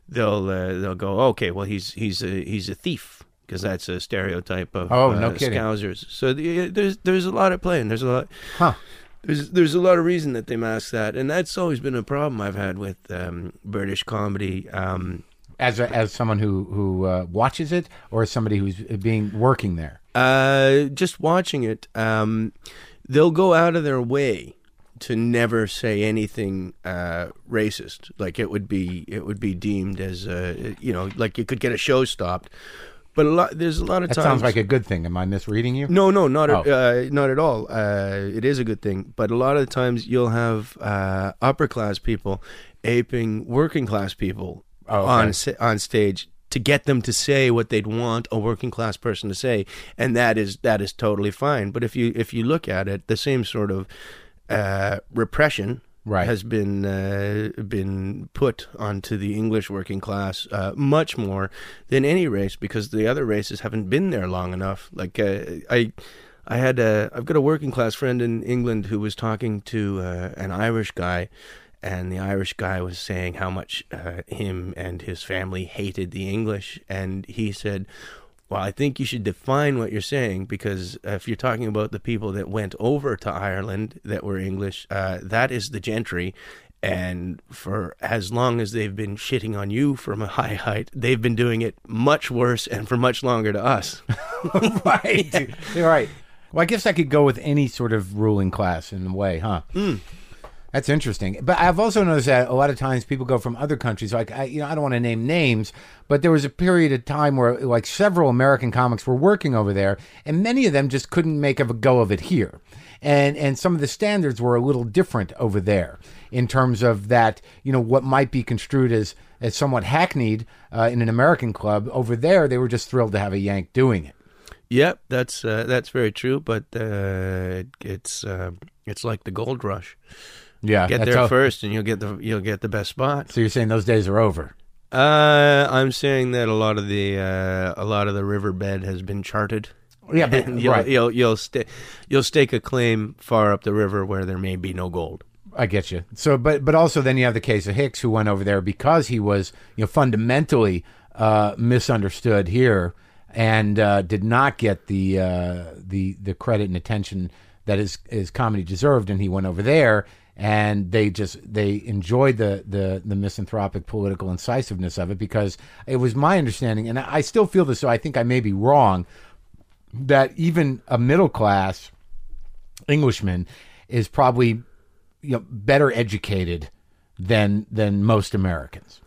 S5: they'll uh, they'll go, okay, well, he's he's a he's a thief. Because that's a stereotype of
S2: Oh,
S5: uh,
S2: no kidding.
S5: scousers. So the, there's there's a lot at play, and there's a lot
S2: Huh.
S5: there's there's a lot of reason that they mask that, and that's always been a problem I've had with um, British comedy. Um,
S2: As, a, as someone who, who uh, watches it or as somebody who's being working there?
S5: uh, just watching it, um, they'll go out of their way to never say anything uh, racist. Like it would be it would be deemed as uh, you know like you could get a show stopped. But a lot there's a lot of
S2: That
S5: times
S2: sounds like a good thing. Am I misreading you? Oh.
S5: No, no, not at, uh, not at all. Uh, it is a good thing, but a lot of the times you'll have uh, upper class people aping working class people
S2: Oh, okay.
S5: on s- on stage to get them to say what they'd want a working class person to say, and that is that is totally fine. But if you if you look at it, the same sort of uh, repression
S2: Right.
S5: has been uh, been put onto the English working class uh, much more than any race because the other races haven't been there long enough. Like uh, I. I had a, I've got a working class friend in England who was talking to uh, an Irish guy, and the Irish guy was saying how much uh, him and his family hated the English, and he said, "Well, I think you should define what you're saying because if you're talking about the people that went over to Ireland that were English, uh, that is the gentry." And for as long as they've been shitting on you from a <laughs> high height, they've been doing it much worse and for much longer to us.
S2: <laughs> right. You're right. Well, I guess I could go with any sort of ruling class in a way, huh? That's interesting. But I've also noticed that a lot of times people go from other countries. Like, I, you know, I don't want to name names, but there was a period of time where like several American comics were working over there, and many of them just couldn't make a go of it here. And and some of the standards were a little different over there in terms of that, you know, what might be construed as as somewhat hackneyed uh, in an American club over there, they were just thrilled to have a Yank doing it.
S5: Yep, that's uh, that's very true. But uh, it's uh, it's like the gold rush.
S2: Yeah,
S5: Get there first, and you'll get the you'll get the best spot.
S2: So you're saying those days are over?
S5: Uh, I'm saying that a lot of the uh, a lot of the riverbed has been charted.
S2: Yeah, but
S5: <laughs> You'll,
S2: right.
S5: you'll you'll sta- you'll stake a claim far up the river where there may be no gold.
S2: I get you. So, but but also then you have the case of Hicks who went over there because he was you know fundamentally uh, misunderstood here and uh, did not get the uh, the the credit and attention that his his comedy deserved, and he went over there and they just they enjoyed the the the misanthropic political incisiveness of it because it was my understanding, and I I still feel this, so I think I may be wrong, that even a middle class Englishman is probably you know better educated than than most Americans.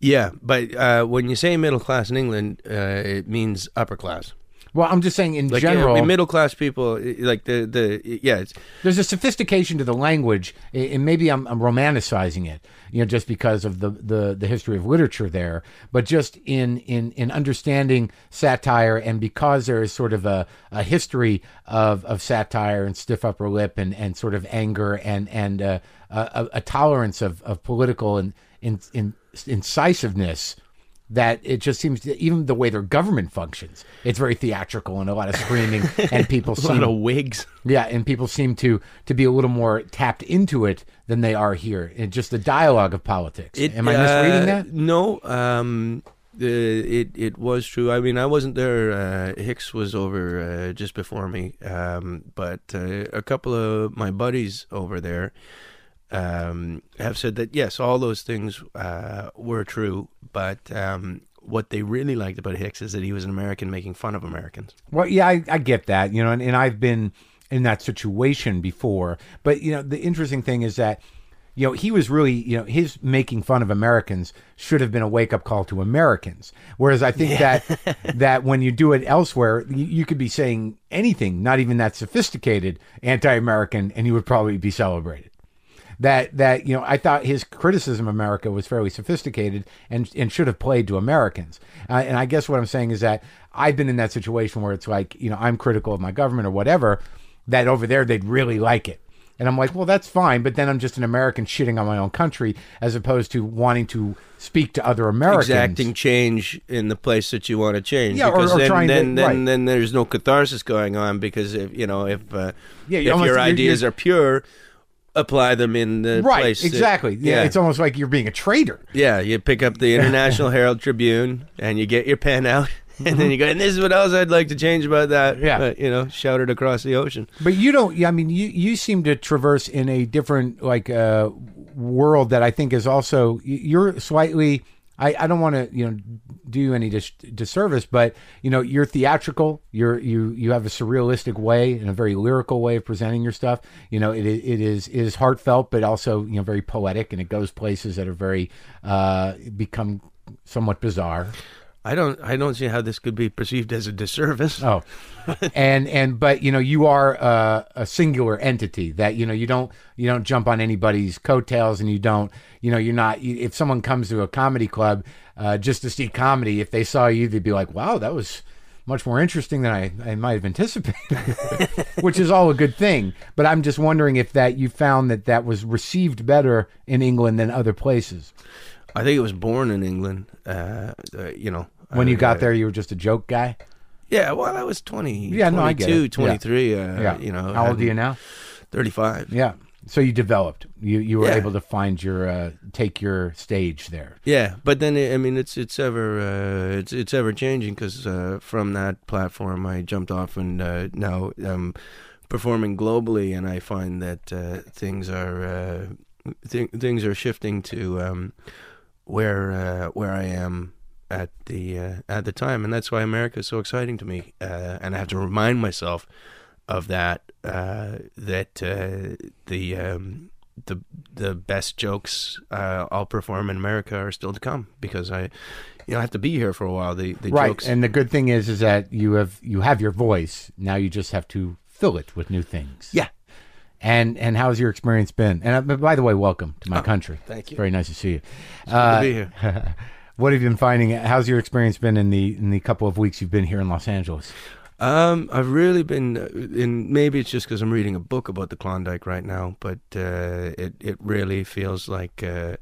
S5: Yeah, but uh, when you say middle class in England, uh, it means upper class.
S2: Well, I'm just saying in
S5: Like
S2: general,
S5: middle class people, eh, like the the yeah, it's,
S2: there's a sophistication to the language, a- and maybe I'm, I'm romanticizing it, you know, just because of the, the the history of literature there. But just in in in understanding satire, and because there is sort of a, a history of of satire and stiff upper lip, and and sort of anger, and and uh, a, a- a tolerance of of political and in, in, incisiveness that it just seems that even the way their government functions, it's very theatrical and a lot of
S5: <laughs>
S2: screaming, and people
S5: a lot
S2: seem
S5: of wigs.
S2: yeah, and people seem to to be a little more tapped into it than they are here. It's just the dialogue of politics.
S5: It,
S2: Am I misreading
S5: uh,
S2: that?
S5: No, um, the, it it was true. I mean, I wasn't there. Uh, Hicks was over uh, just before me, um, but uh, a couple of my buddies over there um, have said that yes, all those things uh, were true, but. Um, what they really liked about Hicks is that he was an American making fun of Americans.
S2: Well, yeah, I, I get that, you know, and, and I've been in that situation before. But you know, the interesting thing is that you know he was really you know his making fun of Americans should have been a wake up call to Americans. Whereas I think that that when you do it elsewhere, you, you could be saying anything, not even that sophisticated, anti American, and you would probably be celebrated. That that you know, I thought his criticism of America was fairly sophisticated and and should have played to Americans. Uh, and I guess what I'm saying is that I've been in that situation where it's like you know I'm critical of my government or whatever. That over there they'd really like it, and I'm like, well, that's fine. But then I'm just an American shitting on my own country as opposed to wanting to speak to other Americans.
S5: Exacting change in the place that you want to change.
S2: Yeah, or-
S5: because
S2: or
S5: then,
S2: trying to-
S5: then, then,
S2: right.
S5: then there's no catharsis going on because if you know if uh,
S2: Yeah, you
S5: if
S2: almost-
S5: your
S2: you're-
S5: ideas
S2: you're-
S5: are pure, apply them in the
S2: Right,
S5: place. that-
S2: exactly. yeah,
S5: yeah,
S2: it's almost like you're being a traitor.
S5: yeah. You pick
S2: <laughs>
S5: up the International Herald Tribune and you get your pen out. <laughs> And then you go, and this is what else I'd like to change about that.
S2: Yeah.
S5: But, you know, shouted across the ocean.
S2: But you don't. yeah, I mean, you you seem to traverse in a different like uh, world that I think is also y- you're slightly. I, I don't want to you know do you any dis- disservice, but you know you're theatrical. You're you you have a surrealistic way and a very lyrical way of presenting your stuff. You know it i- it is it is heartfelt, but also you know very poetic, and it goes places that are very uh, become somewhat bizarre.
S5: I don't, I don't see how this could be perceived as a disservice.
S2: Oh, and and but you know you are uh, a singular entity that you know you don't you don't jump on anybody's coattails and you don't you know you're not you, if someone comes to a comedy club uh, just to see comedy if they saw you they'd be like wow that was much more interesting than I, I might have anticipated <laughs> which is all a good thing but I'm just wondering if that you found that that was received better in England than other places
S5: I think it was born in England. Uh, uh, you know,
S2: when
S5: I-
S2: you got
S5: I-
S2: there you were just a joke guy
S5: Yeah, well, I was 20,
S2: Yeah, no, I get
S5: 22,
S2: it.
S5: 23, uh,
S2: yeah
S5: you know.
S2: how old are you
S5: and
S2: now
S5: 35.
S2: Yeah. So you developed. You you were
S5: Yeah.
S2: able to find your uh, take your stage there.
S5: Yeah, but then I mean it's it's ever uh, it's it's ever changing cuz uh, from that platform I jumped off and uh, now I'm performing globally and I find that uh, things are uh, th- things are shifting to um, where uh, where I am at the uh, at the time and that's why America is so exciting to me uh, and I have to remind myself of that uh, that uh, the um, the the best jokes uh, I'll perform in America are still to come because I, you know, I have to be here for a while. The the
S2: Right.
S5: jokes.
S2: And the good thing is, is that you have you have your voice now. You just have to fill it with new things.
S5: yeah.
S2: And and how's your experience been? And uh, by the way, welcome to my country. Oh, Thank you. very nice to see you. uh,
S5: to be here.
S2: What have you been finding? How's your experience been in the in the couple of weeks you've been here in Los Angeles?
S5: Um, I've really been, uh, in maybe it's just because I'm reading a book about the Klondike right now, but uh, it it really feels like uh,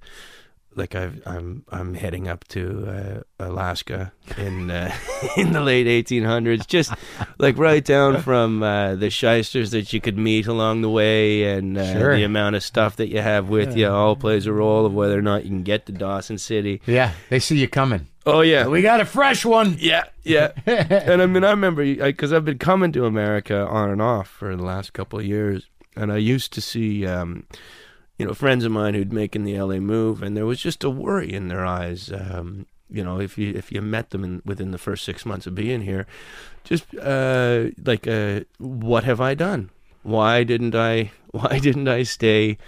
S5: like I've, I'm I'm heading up to uh, Alaska in uh, <laughs> in the late 1800s, just like right down from uh, the shysters that you could meet along the way, and uh,
S2: Sure.
S5: the amount of stuff that you have with you all plays a role of whether or not you can get to Dawson City.
S2: Yeah, they see you coming.
S5: Oh yeah,
S2: We got a fresh one.
S5: yeah,
S2: <laughs>
S5: yeah. and I mean, I remember because I've been coming to America on and off for the last couple of years, and I used to see, um, you know, friends of mine who'd making the LA move, and there was just a worry in their eyes. Um, you know, if you if you met them in, within the first six months of being here, just uh, like, uh, what have I done? Why didn't I? <laughs> Why didn't I stay?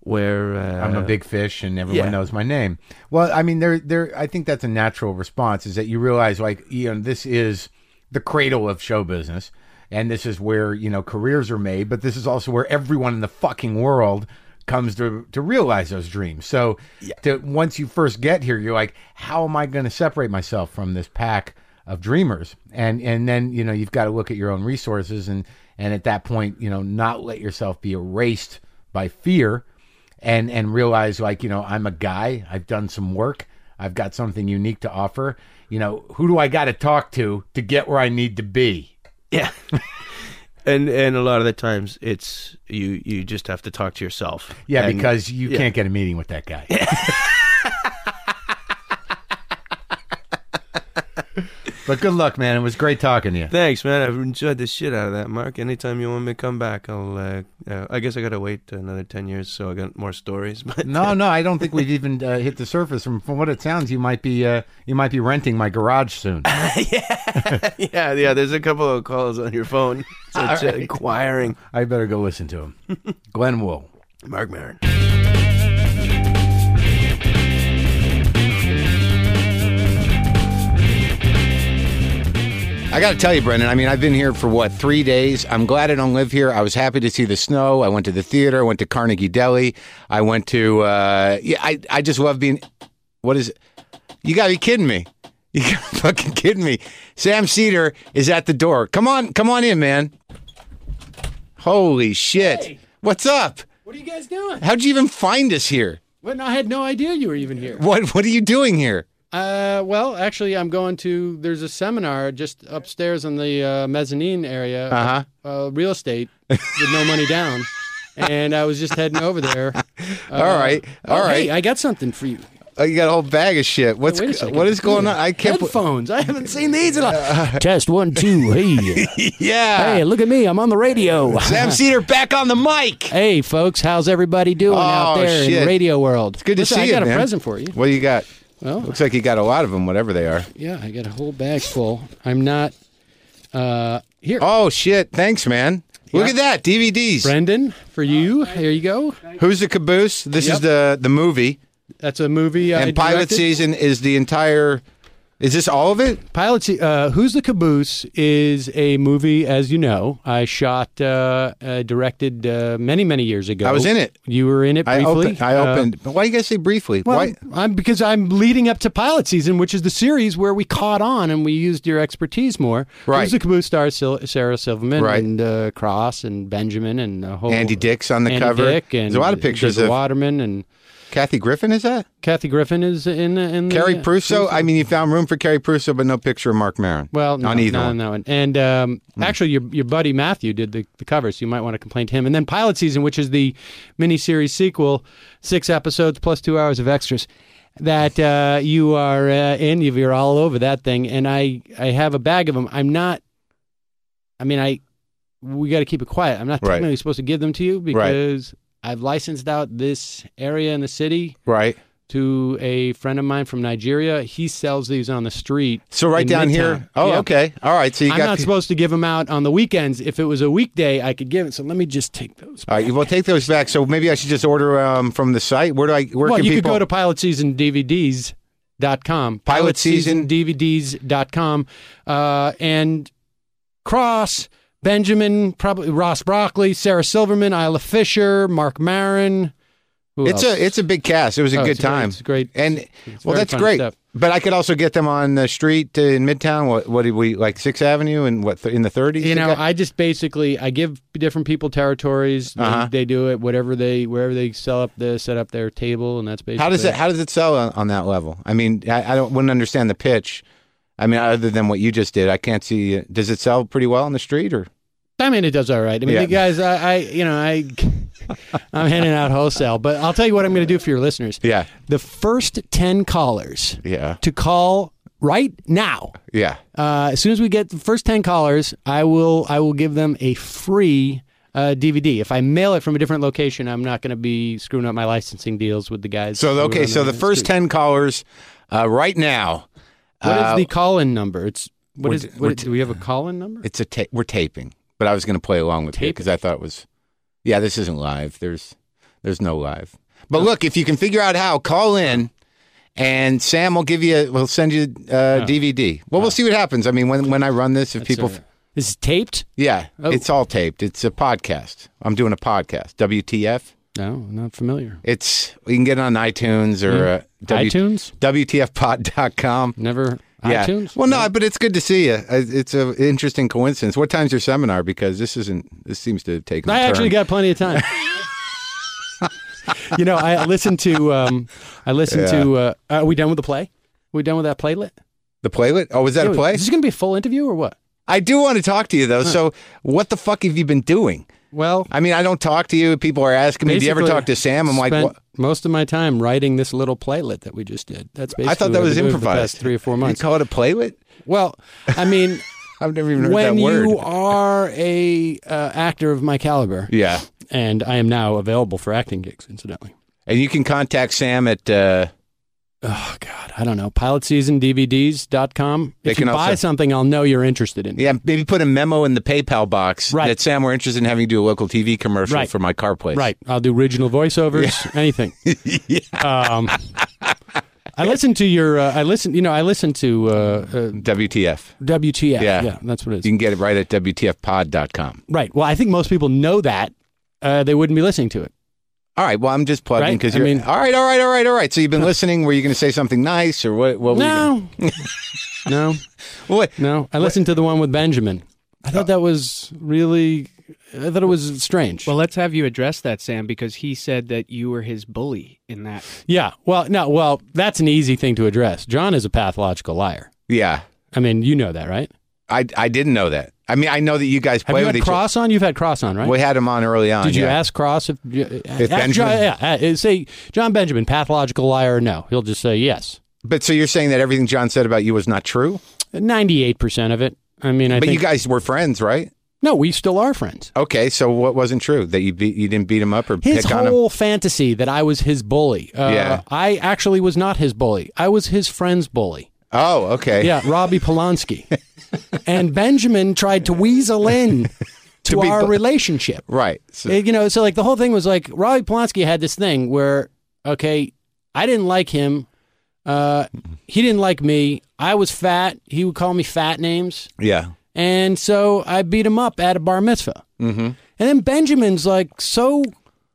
S5: Where uh,
S2: I'm a big fish, and everyone
S5: yeah.
S2: knows my name. Well, I mean, there, there. I think that's a natural response is that you realize, like, you know, this is the cradle of show business, and this is where you know careers are made, but this is also where everyone in the fucking world comes to to realize those dreams. So, to, once you first get here, you're like, how am I going to separate myself from this pack? of dreamers and and then you know you've got to look at your own resources and and at that point you know not let yourself be erased by fear and and realize like you know I'm a guy I've done some work I've got something unique to offer you know who do I got to talk to to get where I need to be
S5: Yeah. and and a lot of the times it's you you just have to talk to yourself.
S2: yeah
S5: And-
S2: because you
S5: yeah.
S2: can't get a meeting with that
S5: <laughs>
S2: guy but good luck man it was great talking to you
S5: Thanks, man. I've enjoyed the shit out of that, Mark. Anytime you want me to come back, I'll. Uh, uh, I guess I gotta wait another ten years so I got more stories. <laughs> But
S2: No, no, I don't think we've even uh, hit the surface. From, from what it sounds, you might be uh, you might be renting my garage
S5: <laughs>
S2: soon.
S5: yeah, yeah. There's a couple of calls on your phone, <laughs> so it's, uh, inquiring.
S2: I better go listen to him. Glenn Wool.
S5: Mark Maron.
S2: I got to tell you, Brendan. I mean, I've been here for what three days. I'm glad I don't live here. I was happy to see the snow. I went to the theater. I went to Carnegie Deli. I went to uh, yeah. I I just love being. What is it? You got to be kidding me. <laughs> You got to fucking kidding me. Sam Cedar is at the door. Come on, come on in, man. Holy shit! What's up?
S6: What are you guys doing?
S2: How'd you even find us here?
S6: Well, I had no idea you were even here.
S2: What What are you doing here?
S6: Uh, well, actually, I'm going to. There's a seminar just upstairs in the uh, mezzanine area.
S2: Uh-huh.
S6: Uh, real estate with no money down, and I was just heading over there.
S2: All right, all
S6: All right,
S2: right.
S6: Uh, oh, Hey, I got something for you.
S2: Oh, you got a whole bag of shit. What's
S6: Wait a second.
S2: What is going on? I can't. bel- Uh-huh.
S6: Headphones. I <laughs> haven't seen these in
S2: <laughs>
S6: a.
S1: Test one, two. Hey,
S2: yeah.
S1: hey, look at me. I'm on
S2: <laughs>
S1: the radio.
S2: Sam Cedar back on the mic.
S1: Hey, folks, how's everybody doing out
S2: Oh,
S1: there
S2: shit.
S1: in radio world?
S2: Good to
S6: Listen,
S2: see
S6: I
S2: you,
S6: got a
S2: man.
S6: present for you.
S2: What do you got?
S6: Well,
S2: Looks like you got a lot of them, whatever they are.
S6: yeah, I got a whole bag full. I'm not. Uh, here,
S2: Oh shit! Thanks, man. Look at that DVDs.
S6: Brendan, for you. Here you go.
S2: Who's the caboose? This is
S6: Yep.
S2: the the movie,
S6: That's a movie. I
S2: and pilot
S6: directed.
S2: season is the entire. Is this all of it?
S6: Pilot, Se- uh, Who's the Caboose is a movie, as you know, I shot, uh, uh, directed uh, many, many years ago.
S2: I was in it.
S6: You were in it
S2: I
S6: briefly.
S2: opened. I
S6: Uh,
S2: opened. but why you guys say briefly?
S6: well,
S2: why?
S6: I'm because I'm leading up to pilot season, which is the series where we caught on and we used your expertise more.
S2: Right.
S6: Who's the Caboose stars Sil- Sarah Silverman
S2: Right.
S6: and uh, Cross and Benjamin and a whole
S2: Andy Dick's on the
S6: oh, Andy
S2: cover.
S6: Dick and
S2: There's a lot of pictures
S6: Dick
S2: of
S6: Waterman and
S2: Kathy Griffin. Is that
S6: Kathy Griffin is in in the, uh,
S2: Carrie Prusso? I mean, you found room for Carrie Prusso, but no picture of Mark Maron.
S6: Well, no,
S2: on either
S6: no,
S2: one. Hmm.
S6: no, and, and um, actually, your your buddy Matthew did the, the cover, so you might want to complain to him. And then Pilot Season, which is the miniseries sequel, six episodes plus two hours of extras that uh, you are uh, in. you- You're all over that thing, and I I have a bag of them. I'm not. I mean, I we got to keep it quiet. I'm not
S2: Right.
S6: technically supposed to give them to you because I've licensed out this area in the city
S2: Right.
S6: to a friend of mine from Nigeria. He sells these on the street.
S1: So right
S6: in
S1: down
S6: Midtown.
S1: here. Oh,
S6: Yeah.
S1: okay. All right. So you
S6: I'm
S1: got.
S6: not
S1: pe-
S6: supposed to give them out on the weekends. If it was a weekday, I could give it. So let me just take those.
S1: all right. Well, take those back. So maybe I should just order um, from the site. Where do I? Where
S6: well,
S1: can
S6: you
S1: people?
S6: could go to pilotseasondvds.com.
S1: Pilot Season-
S6: Pilotseasondvds.com. Uh, and Cross, Benjamin, probably Ross Broccoli, Sarah Silverman, Isla Fisher, Mark Marin. Who
S1: it's
S6: else?
S1: a it's a big cast. It was a
S6: Oh,
S1: good
S6: it's great-
S1: time.
S6: it's great.
S1: And
S6: it's
S1: well,
S6: very
S1: that's
S6: fun
S1: great.
S6: stuff.
S1: But I could also get them on the street uh, in Midtown. What what did we like Sixth Avenue and what th- in the 30s?
S6: You know,
S1: got-
S6: I just basically I give different people territories. They,
S1: Uh-huh.
S6: they do it whatever they wherever they sell up the set up their table, and that's basically
S1: how does it how does it sell on, on that level? I mean, I, I don't wouldn't understand the pitch. I mean, other than what you just did, I can't see. uh, Does it sell pretty well on the street or?
S6: I mean, it does all right. I mean,
S1: Yeah.
S6: the guys, I, I, you know, I, <laughs> I'm handing out wholesale, but I'll tell you what I'm going to do for your listeners.
S1: Yeah,
S6: The first 10 callers
S1: yeah,
S6: to call right now,
S1: yeah.
S6: uh, as soon as we get the first 10 callers, I will, I will give them a free uh, DVD. If I mail it from a different location, I'm not going to be screwing up my licensing deals with the guys.
S1: So
S6: who are on
S1: okay, so the first
S6: street.
S1: ten callers uh, right now.
S6: What is
S1: uh,
S6: the call-in number? It's, what
S1: we're
S6: is,
S1: t-
S6: what
S1: we're
S6: is- do we have a call-in number?
S1: It's a ta- we're taping, but I was going to play along with you
S6: Taping.
S1: because I thought it was, yeah, this isn't live. There's there's no live. But look, if you can figure out how, call in, and Sam will give you. We'll send you
S6: Oh.
S1: uh, DVD. Well, we'll see what happens. I mean, when when I run this, if people,
S6: Sorry. This is taped?
S1: yeah,
S6: Oh.
S1: it's all taped. It's a podcast. I'm doing a podcast. WTF?
S6: No, not familiar.
S1: It's you can get it on iTunes or uh, W-
S6: Hmm. iTunes?
S1: WTFpod.com.
S6: Never
S1: Yeah.
S6: iTunes.
S1: Well, no, but it's good to see you. I- It's an interesting coincidence. What time's your seminar? Because this isn't. This seems to take.
S6: I actually got plenty
S1: <laughs>
S6: of time. <laughs> you know, I listened to. Um, I listened to. Uh, are we done with the play? we done with that playlet?
S1: the playlet. Oh, was that a
S6: Dude,
S1: play?
S6: Is this going to be a full interview or what?
S1: I do want to talk to you though. So, what the fuck have you been doing?
S6: Well,
S1: I mean, I don't talk to you. People are asking me, "Do you ever
S6: basically
S1: talk to Sam?" I'm like,
S6: spent
S1: what?
S6: most of my time writing this little playlet that we just did. That's basically.
S1: I thought that
S6: what
S1: was
S6: I've been doing for the
S1: improvised.
S6: past three or four months.
S1: You call it a playlet?
S6: well, I
S1: <laughs>
S6: mean,
S1: I've never even heard
S6: when
S1: that word.
S6: you are a uh, actor of my caliber,
S1: yeah,
S6: and I am now available for acting gigs, incidentally.
S1: and you can contact Sam at. Uh,
S6: Oh God, I don't know. PilotSeasonDVDs.com.
S1: They
S6: If you
S1: can
S6: buy
S1: also-
S6: something, I'll know you're interested in. it.
S1: yeah, maybe put a memo in the PayPal box
S6: Right.
S1: that Sam, we're interested in having you do a local TV commercial
S6: Right.
S1: for my car place.
S6: Right. I'll do original voiceovers,
S1: <laughs>
S6: anything. Um, I listened to your. Uh, I listened. You know, I listened to uh, uh,
S1: WTF?
S6: WTF.
S1: Yeah.
S6: that's what it
S1: You
S6: is.
S1: can get it right at WTFpod.com.
S6: Right. Well, I think most people know that. Uh, they wouldn't be listening to it.
S1: All right. Well, I'm just plugging
S6: Right?
S1: because
S6: I
S1: you're.
S6: mean-
S1: all right. All right. All right. All right. So you've been listening. Were you going to say something nice or what? What? were you gonna-
S6: No. <laughs>
S1: <laughs>
S6: no.
S1: What?
S6: No. I listened to the one with Benjamin. I
S1: Uh,
S6: thought that was really. I thought it was strange.
S4: Well, let's have you address that, Sam, because he said that you were his bully in that.
S6: Yeah. Well, no. Well, that's an easy thing to address. John is a pathological liar.
S1: Yeah.
S6: I mean, you know that, right?
S1: I I didn't know that. I mean, I know that you guys
S6: Have
S1: play
S6: you
S1: with
S6: had
S1: each
S6: Cross on? You've had Cross on, right?
S1: other. We had him on early on.
S6: Did you
S1: yeah.
S6: ask Cross if, if
S1: Benjamin-
S6: yeah, uh, say John Benjamin, pathological liar? or No, he'll just say yes.
S1: But so you're saying that everything John said about you was not true?
S6: Ninety-eight percent of it. I mean, I
S1: but
S6: think
S1: you guys were friends, right?
S6: no, we still are friends.
S1: Okay. So what wasn't true? That you beat you didn't beat him up or
S6: His
S1: pick on him?
S6: whole fantasy that I was his bully. Uh,
S1: Yeah.
S6: I actually was not his bully. I was his
S1: <laughs>
S6: friend's bully.
S1: Oh, okay.
S6: Yeah,
S1: <laughs>
S6: Robbie Polanski. and Benjamin tried to weasel in to,
S1: be
S6: our
S1: bu-
S6: relationship.
S1: Right. So,
S6: Uh, you know, so like the whole thing was like Robbie Polanski had this thing where, okay, I didn't like him. Uh, he didn't like me. I was fat. He would call me fat names.
S1: yeah.
S6: And so I beat him up at a bar mitzvah. Mm-hmm. And then Benjamin's like so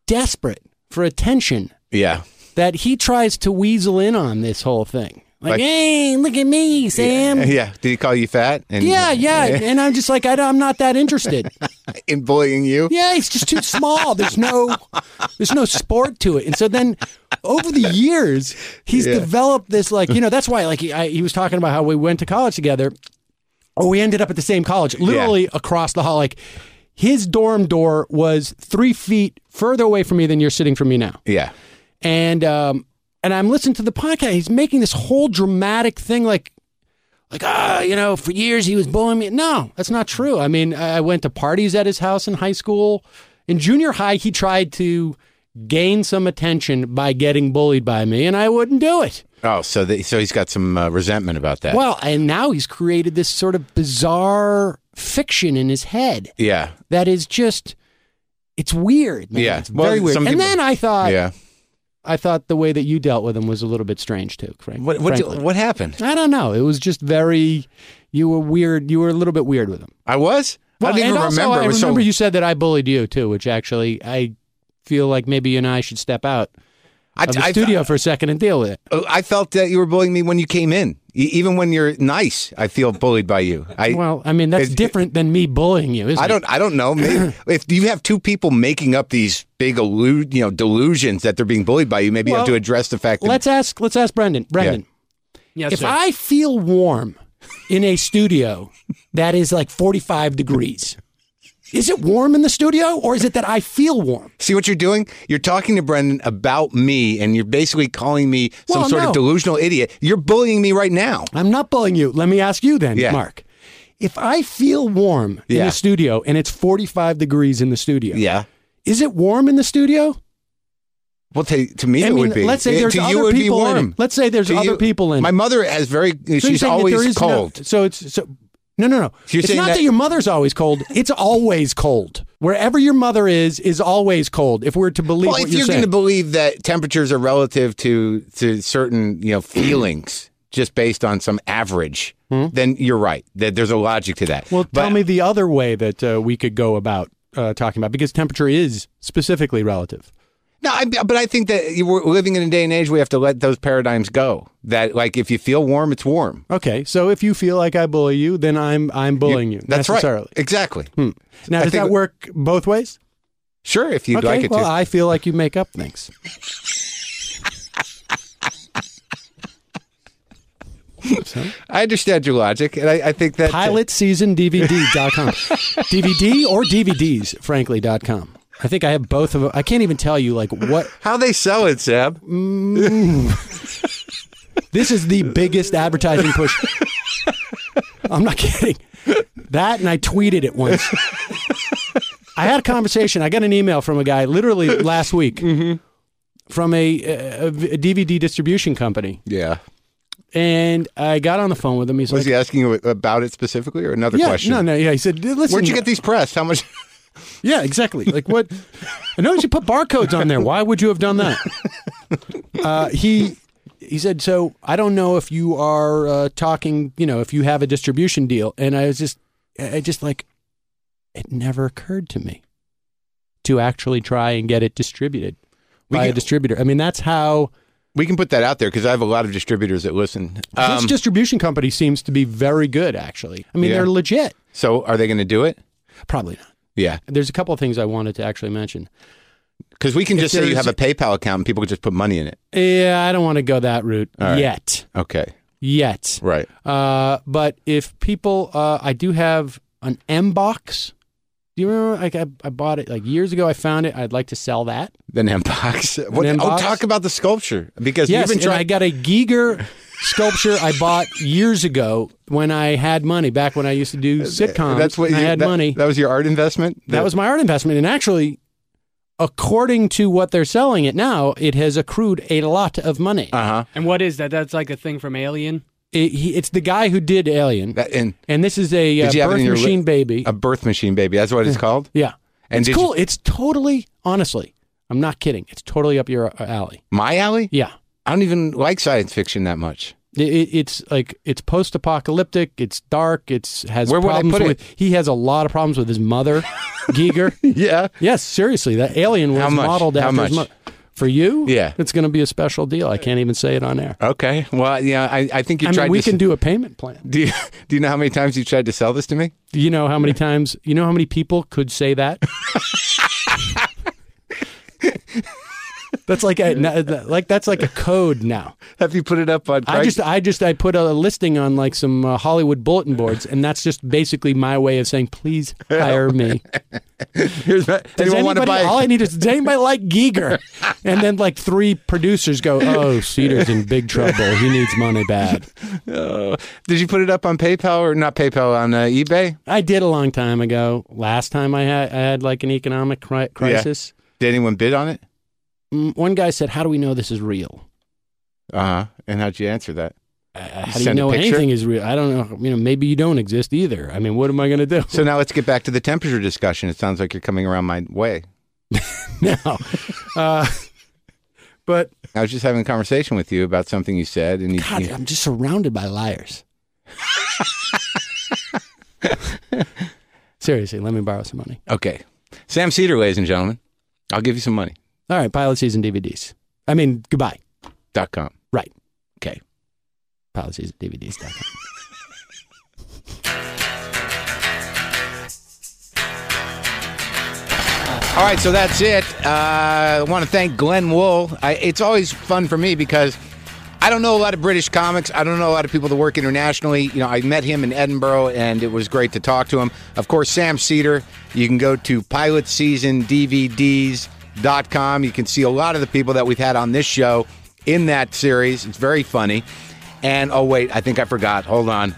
S6: desperate for attention
S1: Yeah. <laughs>
S6: that he tries to weasel in on this whole thing. Like,
S1: Like-
S6: hey, look at me, Sam. <laughs> Yeah.
S1: Yeah. Did he call you fat? And,
S6: Yeah, and I'm just like I, don't- I'm not that interested.
S1: In bullying you?
S6: Yeah, it's just too small. There's no there's no sport to it. And so then over the years, he's developed this like, you know, that's why like he, I, he was talking about how we went to college together. Oh, we ended up at the same college, literally across the hall. Like his dorm door was three feet further away from me than you're sitting from me now.
S1: Yeah.
S6: And um and I'm listening to the podcast. He's making this whole dramatic thing like like ah, you know, for years he was bullying me. No, that's not true. I mean, I I went to parties at his house in high school. In junior high, he tried to gain some attention by getting bullied by me, and I wouldn't do it.
S1: Oh, so the, so he's got some uh, resentment about that.
S7: Well, and now he's created this sort of bizarre fiction in his head
S1: Yeah,
S7: that is just it's weird. Man.
S1: Yeah.
S7: It's
S1: Well,
S7: very weird.
S1: some
S7: And
S1: people-
S7: then I
S6: Uh,
S7: thought
S1: yeah.
S6: I thought the way that you dealt with him was a little bit strange too, Frank.
S1: What what
S6: frankly.
S1: what happened?
S6: I don't know. It was just very. You were weird. You were a little bit weird with him.
S1: I was. I
S6: Well,
S1: didn't
S6: and
S1: even
S6: also,
S1: remember.
S6: I
S1: It was so-
S6: remember you said that I bullied you too, which actually I feel like maybe you and I should step out
S1: I,
S6: of the
S1: I-
S6: studio for a second and deal with it.
S1: I felt that you were bullying me when you came in. E- even when you're nice, I feel bullied by you. I
S6: Well, I mean that's
S1: It-
S6: different than me bullying you, isn't
S1: I don't. I don't know.
S6: <clears throat>
S1: Maybe if you have two people making up these big, allu- you know, delusions that they're being bullied by you, maybe you have
S6: Well,
S1: to address the fact
S6: it?
S1: that
S6: Let's ask. Let's ask Brendan. Brendan,
S4: Yes,
S6: if
S4: sir.
S6: I feel warm in a studio that is like forty-five degrees,
S7: is it warm in the studio or is it that I feel warm?
S1: See what you're doing? You're talking to Brendan about me, and you're basically calling me some
S7: Well,
S1: sort of
S7: no.
S1: delusional idiot. You're bullying me right now.
S6: I'm not bullying you. Let me ask you then,
S1: Yeah.
S6: Mark. If I feel warm in
S1: Yeah.
S6: a studio and it's 45 degrees in the studio,
S1: Yeah.
S6: is it warm in the studio?
S1: Well, to, to me,
S6: I
S1: it
S6: mean,
S1: would be.
S6: let's say
S1: It-
S6: there's
S1: to
S6: other
S1: you, it would
S6: people
S1: be
S6: in it.
S1: warm.
S6: Let's say there's
S1: To
S6: other
S1: you-
S6: people in
S1: My
S6: it.
S1: mother has very.
S6: So you're
S1: she's
S6: saying that there
S1: always
S6: is no-
S1: cold.
S6: so it's so no no no.
S1: So you're
S6: it's
S1: saying
S6: not that,
S1: that-
S6: your mother's always cold. It's always cold. Wherever your mother is is always cold. If we're to believe
S1: well,
S6: what
S1: if
S6: you're
S1: you're
S6: saying.
S1: going to believe that temperatures are relative to to certain you know feelings, just based on some average, then you're right. That there's a logic to that.
S6: Hmm? well,
S1: But-
S6: tell me the other way that uh, we could go about uh, talking about because temperature is specifically relative.
S1: No, I, but I think that you- we're living in a day and age we have to let those paradigms go. That like if you feel warm, it's warm.
S6: Okay, so if you feel like I bully you, then I'm I'm bullying you.
S1: That's
S6: necessarily.
S1: right.
S6: Hmm.
S1: Exactly.
S6: Now,
S1: I
S6: does
S1: think-
S6: that work both ways?
S1: Sure, if you'd
S6: okay,
S1: like it
S6: well,
S1: to.
S6: I feel like you make up things.
S1: I understand your logic, and I, I think that uh,
S6: PilotSeasonDVD.com. DVD or DVDs, frankly.com. I think I have both of them. I can't even tell you like what
S1: how they sell it, Seb.
S6: this is the biggest advertising
S1: <laughs>
S6: push. I'm not kidding. That and I tweeted it once. I had a conversation. I got an email from a guy literally last week
S1: Mm-hmm.
S6: from a, a, a DVD distribution company,
S1: Yeah.
S6: and I got on the phone with him. He's
S1: Was
S6: like,
S1: he asking you about it specifically, or another
S6: "Yeah,
S1: question?
S6: no, no, yeah." He said, "Listen,
S1: Where'd you get these pressed? How much? <laughs>
S6: Yeah, exactly. Like what? I noticed you put barcodes on there. Why would you have done that?
S1: <laughs>
S6: Uh, he he said. So I don't know if you are uh, talking. You know, if you have a distribution deal. And I was just, I just like, it never occurred to me to actually try and get it distributed
S1: We
S6: by a
S1: can-
S6: distributor. I mean, that's how
S1: we can put that out there because I have a lot of distributors that listen. Um,
S6: this distribution company seems to be very good. Actually, I mean,
S1: Yeah.
S6: they're legit.
S1: so, are they going to do it?
S6: Probably not.
S1: Yeah,
S6: There's a couple of things I wanted to actually mention.
S1: because we can just say you
S6: there's-
S1: have a PayPal account and people can just put money in it.
S6: Yeah, I don't want to go that route
S1: All right.
S6: yet.
S1: Okay,
S6: Yet.
S1: right.
S6: Uh, but if people, uh, I do have an M box. Do you remember? Like I, I bought it like years ago. I found it. I'd like to sell that.
S1: Then <laughs> Mbox. What, oh,
S6: Mbox?
S1: talk about the sculpture because
S6: Yes,
S1: you've
S6: and
S1: been trying.
S6: I got a Giger sculpture I bought years ago when I had money. Back when I used to do sitcoms,
S1: That's what
S6: and
S1: you
S6: I had
S1: that,
S6: money. That,
S1: That was your art investment.
S6: was my art investment, and actually, according to what they're selling it now, it has accrued a lot of money.
S1: uh huh.
S4: and what is that? That's like a thing from Alien.
S6: It- he- it's the guy who did Alien,
S1: That and
S6: and this is a
S1: Did
S6: uh,
S1: you have it
S6: birth
S1: in your li-
S6: machine baby.
S1: a birth machine baby. That's what it's called.
S6: yeah.
S1: And did
S6: it's
S1: you-
S6: cool. It's totally, honestly, I'm not kidding. It's totally up your uh, alley.
S1: my alley.
S6: Yeah.
S1: I don't even like science fiction that much.
S6: It, it- it's like it's post-apocalyptic. It's dark. It's has
S1: Where would I
S6: problems
S1: put it?
S6: with. He has a lot of problems with his mother,
S1: <laughs>
S6: Giger.
S1: Yeah.
S6: Yes, seriously, that alien was
S1: How much?
S6: modeled
S1: How
S6: after his
S1: much?
S6: mother. For you,
S1: Yeah.
S6: it's going to be a special deal. I can't even say it on air.
S1: Okay. Well, yeah. I, I think you
S6: I
S1: tried.
S6: mean, we
S1: to,
S6: can do a payment plan.
S1: <laughs> Do you, do you know how many times you tried to sell this to me?
S6: Do you know how many times? You know how many people could say
S1: <laughs>
S6: that? that's like a, like that's like a code now.
S1: Have you put it up on?
S6: I
S1: Craigslist?
S6: just, I just, I put a listing on like some uh, Hollywood bulletin boards, and that's just basically my way of saying, please hire me.
S1: <laughs> Here's my,
S6: <laughs> Does
S1: <laughs> anyone want to
S6: anybody,
S1: buy?
S6: all I need is, does anybody like Giger? And then like three producers go, oh, Cedar's in big trouble. He needs money bad.
S1: <laughs> Oh. did you put it up on PayPal or not PayPal on uh, eBay?
S6: I did a long time ago. Last time I had, I had like an economic cri- crisis.
S1: Did anyone bid on it?
S6: mm, one guy said, "How do we know this is real?
S1: Uh huh. And how'd you answer that?
S6: Uh, How do you
S1: send a
S6: know
S1: picture?
S6: anything is real? I don't know. You know, maybe you don't exist either. I mean, what am I going to do?" <laughs>
S1: So now let's get back to the temperature discussion. It sounds like you're coming around my way. <laughs>
S6: now. Uh, but
S1: I was just having a conversation with you about something you said, and you,
S6: God,
S1: you-
S6: I'm just surrounded by liars. <laughs> Seriously, let me borrow some money.
S1: okay, Sam Cedar, ladies and gentlemen, I'll give you some money.
S6: All right, pilot season DVDs. I mean, goodbye,
S1: Dot com.
S6: pilot season DVDs.
S1: All right, so that's it. Uh, I want to thank Glenn Wool. I, it's always fun for me because I don't know a lot of British comics. I don't know a lot of people that work internationally. You know, I met him in Edinburgh, and it was great to talk to him. Of course, Sam Cedar. You can go to pilotseasondvds.com. You can see a lot of the people that we've had on this show in that series. It's very funny. And oh wait, I think I forgot. Hold on.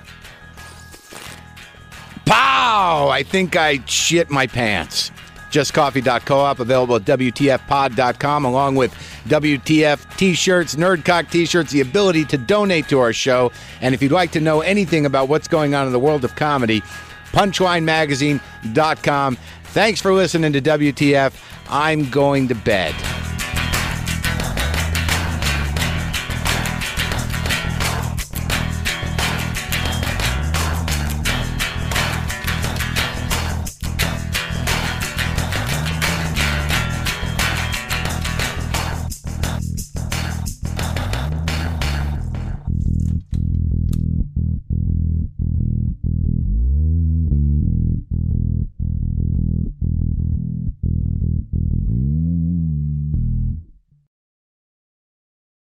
S1: Pow! I think I shit my pants. JustCoffee.coop, available at WTFpod.com, along with WTF t shirts, Nerdcock t shirts, the ability to donate to our show. And if you'd like to know anything about what's going on in the world of comedy, PunchlineMagazine.com. Thanks for listening to WTF. I'm going to bed.